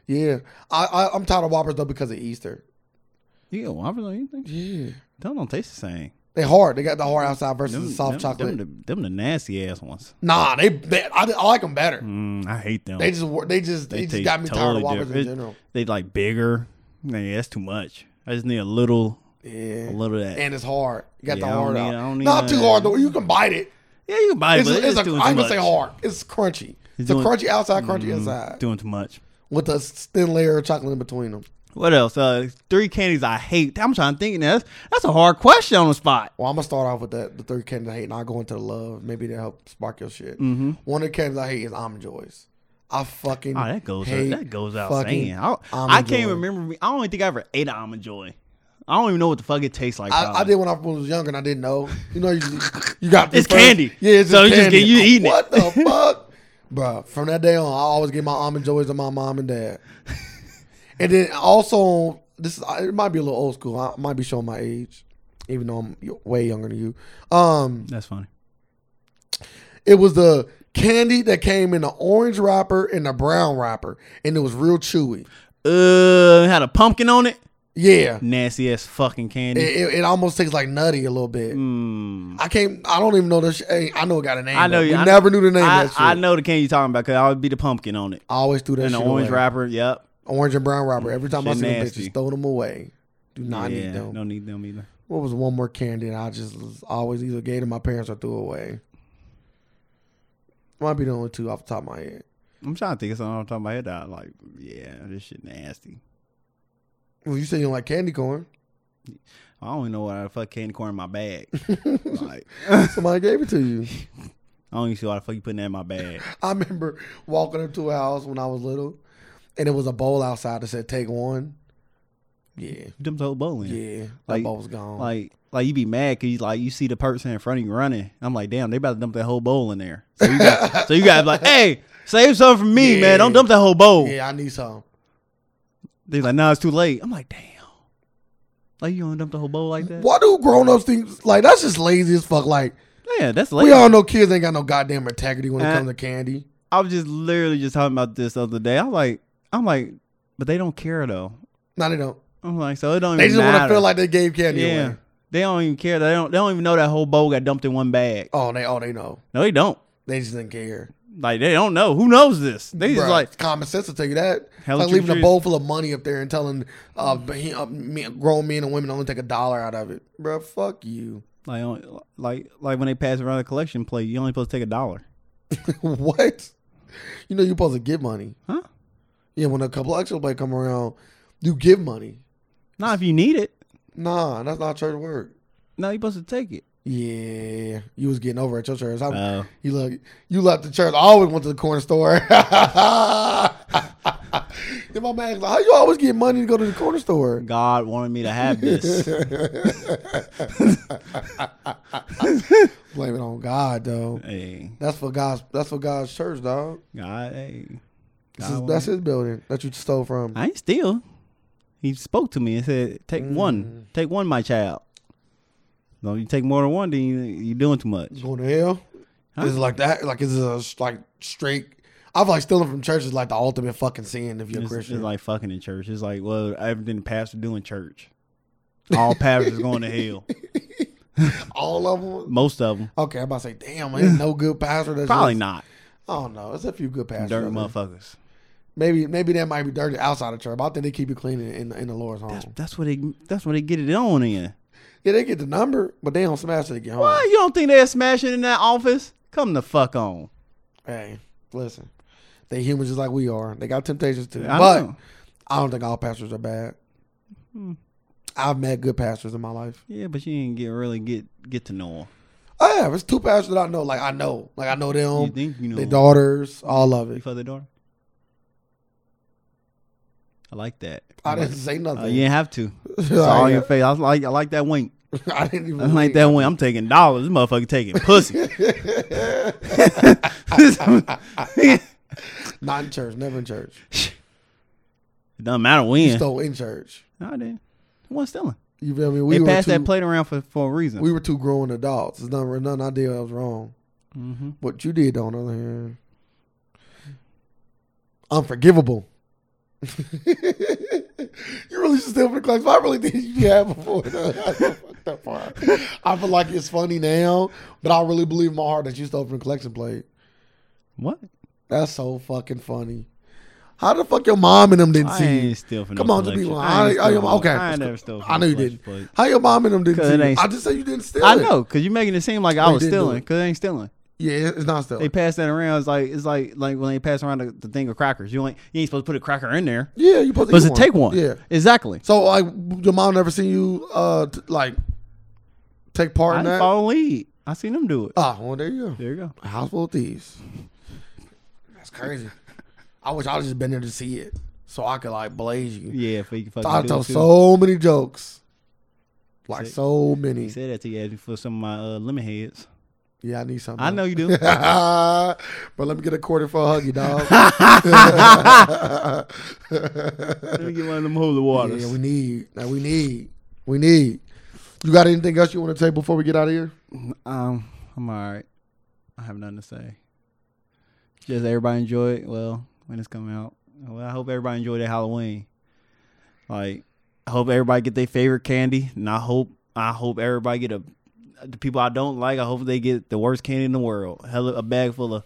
B: Yeah, I, I I'm tired of Whoppers though because of Easter.
A: Yeah, Whoppers or anything?
B: Yeah,
A: Them don't taste the same.
B: they hard. They got the hard outside versus
A: Them,
B: the soft
A: them-
B: chocolate.
A: Them, the, them the nasty ass ones.
B: nah, they, they I, I like them better.
A: Mm, I hate them.
B: They just wor- they just they, just
A: taste
B: got me tired
A: totally
B: of Whoppers in
A: different.
B: general.
A: they like bigger. Nah, Yeah, that's too much. I just need a little, a
B: Yeah,
A: little of that.
B: and it's hard. You got
A: Yeah, I
B: the
A: don't
B: hard
A: need-
B: out.
A: I don't need
B: Not too
A: none of
B: hard
A: that.
B: though. You can bite it.
A: yeah, you can buy it,
B: It's,
A: but
B: it's,
A: it's,
B: a,
A: doing too
B: I ain't
A: much.
B: gonna say hard. It's crunchy. It's, a
A: doing- Mm-hmm.
B: crunchy outside, crunchy inside,
A: Doing too much.
B: with a thin layer of chocolate in between them.
A: What else? Uh, three candies I hate. I'm trying to think. Now, that's that's a hard question on the spot.
B: Well, I'm gonna start off with that the third candy I hate, and I'll go into the love. Maybe that help spark your shit. One of the candies I hate is almond joys. I fucking
A: Mm-hmm. Oh, that goes
B: hate
A: that goes out
B: fucking
A: saying. I,
B: Almond
A: I can't
B: Joy.
A: remember. me- I don't even think I ever ate an almond joy. I don't even know what the fuck it tastes like.
B: I,
A: probably.
B: I did when I was younger and I didn't know. You know, you, you got
A: It's
B: first-
A: candy.
B: Yeah, it's
A: So you
B: just
A: just
B: candy.
A: get- you eating it.
B: what the fuck, Bruh, From that day on, I always get my almond joys to my mom and dad. and then also, this is, it might be a little old school. I might be showing my age, even though I'm way younger than you. Um,
A: That's funny.
B: it was the candy that came in the orange wrapper and the brown wrapper, and it was real chewy.
A: Uh, had a pumpkin on it.
B: Yeah,
A: Nasty ass fucking
B: it,
A: candy.
B: it, it almost tastes like nutty a little bit.
A: Mm.
B: I can't. I don't even know this. Sh- hey, I know it got a name.
A: I know
B: though.
A: you-
B: We
A: I-
B: never knew the name.
A: I,
B: of that shit.
A: I know the candy you're talking about because I would be the pumpkin on it
B: I always threw that
A: and
B: shit
A: the orange
B: away.
A: wrapper. Yep.
B: Orange and brown wrapper. Every time I
A: Shit
B: see them
A: nasty.
B: bitches, throw them away. Do not
A: yeah,
B: need them.
A: Don't need them either.
B: What was one more candy that I just was always either gave to my parents or threw away? Might be the only two off the top of my head.
A: I'm trying to think of something off the top of my head. That I like, yeah, this shit nasty.
B: Well, you said you don't like candy corn.
A: I don't even know why the fuck candy corn in my bag. like,
B: Somebody gave it to you.
A: I don't even see why the fuck you putting that in my bag.
B: I remember walking into a house when I was little, and it was a bowl outside that said "Take one," Yeah.
A: You dumped the whole bowl in.
B: Yeah.
A: Like-
B: that ball was gone.
A: Like, like you be mad because you like you see the person in front of you running. I'm like, damn, they about to dump that whole bowl in there. So you got, so you got like, hey, save some for me,
B: Yeah.
A: man. Don't dump that whole bowl.
B: yeah, I need some.
A: They're like, nah, it's too late. I'm like, damn. Like you gonna dump the whole bowl like that?
B: Why do grown ups think like that's just lazy as fuck? Like
A: Yeah, that's late.
B: we all know kids ain't got no goddamn integrity when it
A: Uh,
B: comes to candy.
A: I was just literally just talking about this the other day. I'm like, I'm like, but they don't care though.
B: No, they don't.
A: I'm like, so it don't.
B: They
A: even
B: just want to
A: matter.
B: feel like they gave candy
A: yeah.
B: away.
A: They don't even care. They don't. They don't even know that whole bowl got dumped in one bag.
B: Oh, they oh they know.
A: No, they don't.
B: They just didn't care.
A: Like they don't know. Who knows this? They just
B: Bruh,
A: like
B: common sense to tell you that. It's
A: Hella
B: like
A: true,
B: leaving
A: true.
B: a bowl full of money up there and telling uh, he- uh, men, grown men and women only take a dollar out of it, Bruh, Fuck you.
A: like on- like like when they pass around the collection plate, you only supposed to take a dollar.
B: what? You know you're supposed to give money.
A: Huh?
B: Yeah, when a couple extra play come around, you give money.
A: Not if you need it.
B: Nah, that's not church work.
A: No, you supposed to take it.
B: Yeah, you was getting over at your church. I,
A: Oh.
B: you look, you left the church. I always went to the corner store. Then my man, was like, how you always get money to go to the corner store?
A: God wanted me to have this.
B: Blame it on God though.
A: hey,
B: That's for God's. That's for God's church, dog.
A: God, hey. God
B: This is,
A: wanted-
B: that's his building that you stole from.
A: I ain't steal. He spoke to me and said, "Take one,
B: Mm.
A: take one, my child. No, you take more than one, then you, you're doing too much."
B: You going to hell?
A: Huh?
B: Is it like that? Like is it a s- like straight? I feel like stealing from church is like the ultimate fucking sin if you're a
A: It's, it's
B: Christian.
A: like fucking in church. It's like, well, everything the pastor do in church. All pastors going to hell.
B: All of them.
A: Most of them,
B: Okay, I'm about to say, damn, ain't no good pastor. That's
A: probably
B: just-
A: not.
B: I don't know. It's a few good pastors.
A: Dirt
B: out there.
A: motherfuckers.
B: Maybe maybe that might be dirty outside of church. But I think they keep it clean in, in, in the Lord's home.
A: That's that's what they that's what they get it on in.
B: yeah, they get the number, but they don't smash it to get home.
A: Why you don't think they're smashing in that office? Come the fuck on.
B: Hey, listen, they humans just like we are. They got temptations too.
A: I
B: but
A: know. Hmm.
B: I don't think all pastors are bad. I've met good pastors in my life.
A: Yeah, but you didn't get really get get to know 'em.
B: I have. It's two pastors that I know. Like I know. Like I know
A: You
B: them.
A: think you know
B: Their
A: 'em.
B: daughters, all of
A: You
B: it.
A: fuck their daughter. I like that.
B: I didn't say
A: Uh,
B: nothing.
A: you didn't have to. It's all in your face. I like I like that wink.
B: I didn't even
A: I like that wink. I'm taking dollars. This motherfucker taking pussy.
B: Not in church. Never in church.
A: It doesn't matter
B: You
A: when.
B: Stole in church.
A: No, I didn't. I wasn't stealing.
B: You feel me? We
A: they
B: were
A: passed
B: too,
A: that plate around for, for a reason.
B: We were two grown adults. There's nothing, nothing I did that was wrong.
A: hmm
B: What you did, on the other hand, unforgivable. you really should steal from the class. I really think you have before. Fuck that part. I feel like it's funny now, but I really believe in my heart that you stole from the collection plate.
A: What?
B: That's so fucking funny. How the fuck your mom and them didn't
A: I
B: see you?
A: ain't steal for no
B: Come on, just be
A: collection.
B: lying.
A: I ain't
B: I- I-
A: steal for-
B: okay.
A: I ain't never stole. for
B: I know
A: no
B: you
A: collection
B: didn't.
A: plate.
B: How your mom and them didn't
A: 'Cause
B: see
A: it
B: you?
A: ain't-
B: I just said you didn't steal.
A: I
B: it.
A: know, cause you're making it seem like I
B: They
A: was
B: Oh, didn't do
A: stealing,
B: it.
A: cause I ain't stealing.
B: Yeah, it's not stealing.
A: They pass that around. It's like it's like like when they pass around the, the thing of crackers. You ain't you ain't supposed to put a cracker in there.
B: yeah, you supposed to
A: Supposed
B: eat
A: to take one.
B: Yeah.
A: exactly.
B: So like your mom never seen you uh t- like take part
A: I
B: in
A: didn't
B: that.
A: follow lead. I seen them do it.
B: Ah, well there you
A: There you go.
B: go. House full of thieves. That's crazy. I wish I would just been there to see it so I could like blaze you.
A: Yeah, if you fucking
B: I
A: do
B: told
A: it too.
B: so many jokes, like
A: Sick.
B: so
A: He
B: many.
A: said that to you asked me for some of my uh, lemon heads.
B: Yeah, I need something.
A: I know you do.
B: but let me get a quarter for a huggy dog.
A: Let me get one of them holy waters.
B: yeah, we need. Like, we need. We need. You got anything else you want to say before we get out of here?
A: um, I'm all right. I have nothing to say. Just everybody enjoy it. Well, when it's coming out. Well, I hope everybody enjoyed their Halloween. Like, I hope everybody get their favorite candy, and I hope I hope everybody get a the people I don't like. I hope they get the worst candy in the world. Hell, a bag full of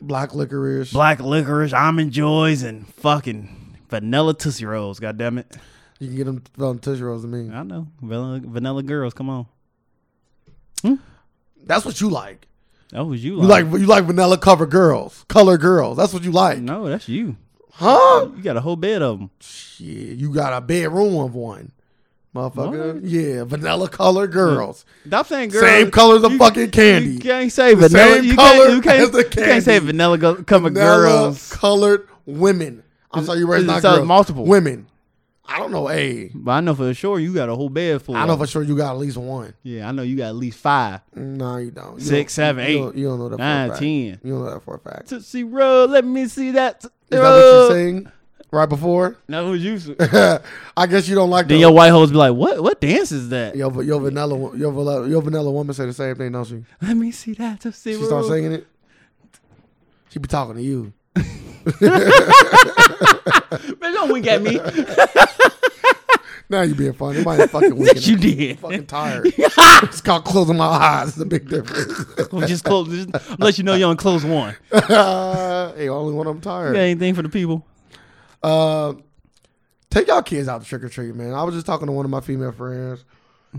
B: Black licorice.
A: black licorice, almond joys, and fucking vanilla tootsie rolls. God damn it!
B: You can get them from Tootsie Rolls to me.
A: I know vanilla, vanilla girls. Come on.
B: That's what you like.
A: That was you.
B: You like you like vanilla cover girls, color girls. That's what you like,
A: No, that's you.
B: huh?
A: You got a whole bed of them.
B: Shit, you got a bedroom of one, motherfucker.
A: What?
B: Yeah, vanilla color girls,
A: Stop saying girl.
B: same color as the
A: you-
B: fucking
A: You
B: candy.
A: can't say
B: The
A: vanilla.
B: same
A: you,
B: color
A: can't, you, can't,
B: as the
A: you can't say
B: candy.
A: vanilla go, come a
B: Vanilla
A: girls.
B: colored women. I'm sorry, you raised
A: is it
B: not
A: so
B: girls.
A: multiple?
B: women. I don't know. Hey,
A: But I know for sure you got a whole bed full.
B: I know
A: of
B: for sure you got at least one.
A: them. yeah, I know you got at least five,
B: No, you don't. You
A: Six,
B: don't-
A: seven,
B: you
A: eight,
B: Don't, you don't know that
A: nine,
B: for a fact.
A: ten.
B: You don't know that for a fact. Is
A: Tootsie Roll, let me see that.
B: that what you sing right before?
A: No, who's you?
B: I guess you don't like
A: then
B: the,
A: your white hoes be like, what? What dance is that?
B: Your, your vanilla wo- your vanilla your vanilla woman say the same thing, don't she?
A: Let me see that. Tootsie
B: She start
A: Roll.
B: singing it. She be talking to you.
A: Man, don't wink at me.
B: Now you being funny. It might fucking
A: yes, you
B: weekend.
A: did.
B: fucking tired. it's called closing my eyes. It's a big difference.
A: Well, just close. Just let you know you're on close one.
B: hey, only when I'm tired.
A: You got anything for the people?
B: Uh, take y'all kids out trick or treat, man. I was just talking to one of my female friends,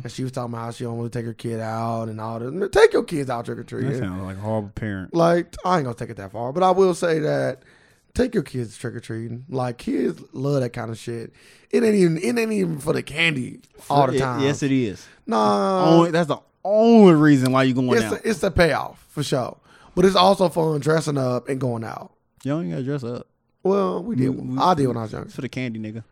B: and she was talking about how she don't want to take her kid out and all this. Man, take your kids out trick or treat.
A: sounds like a horrible parent.
B: Like I ain't gonna take it that far, but I will say that take your kids trick or treating. Like kids love that kind of shit. It ain't even it ain't even for the candy all the time. Uh,
A: yes, it is.
B: nah.
A: Only, that's the only reason why you going
B: it's
A: out.
B: the, it's the payoff for sure, but it's also fun dressing up and going out.
A: Y'all ain't gotta dress up.
B: Well, we did.
A: We- we-
B: I did when I was younger.
A: It's for the candy, nigga.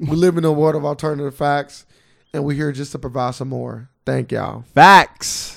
B: We live in a world of alternative facts, and we're here just to provide some more. Thank y'all.
A: Facts.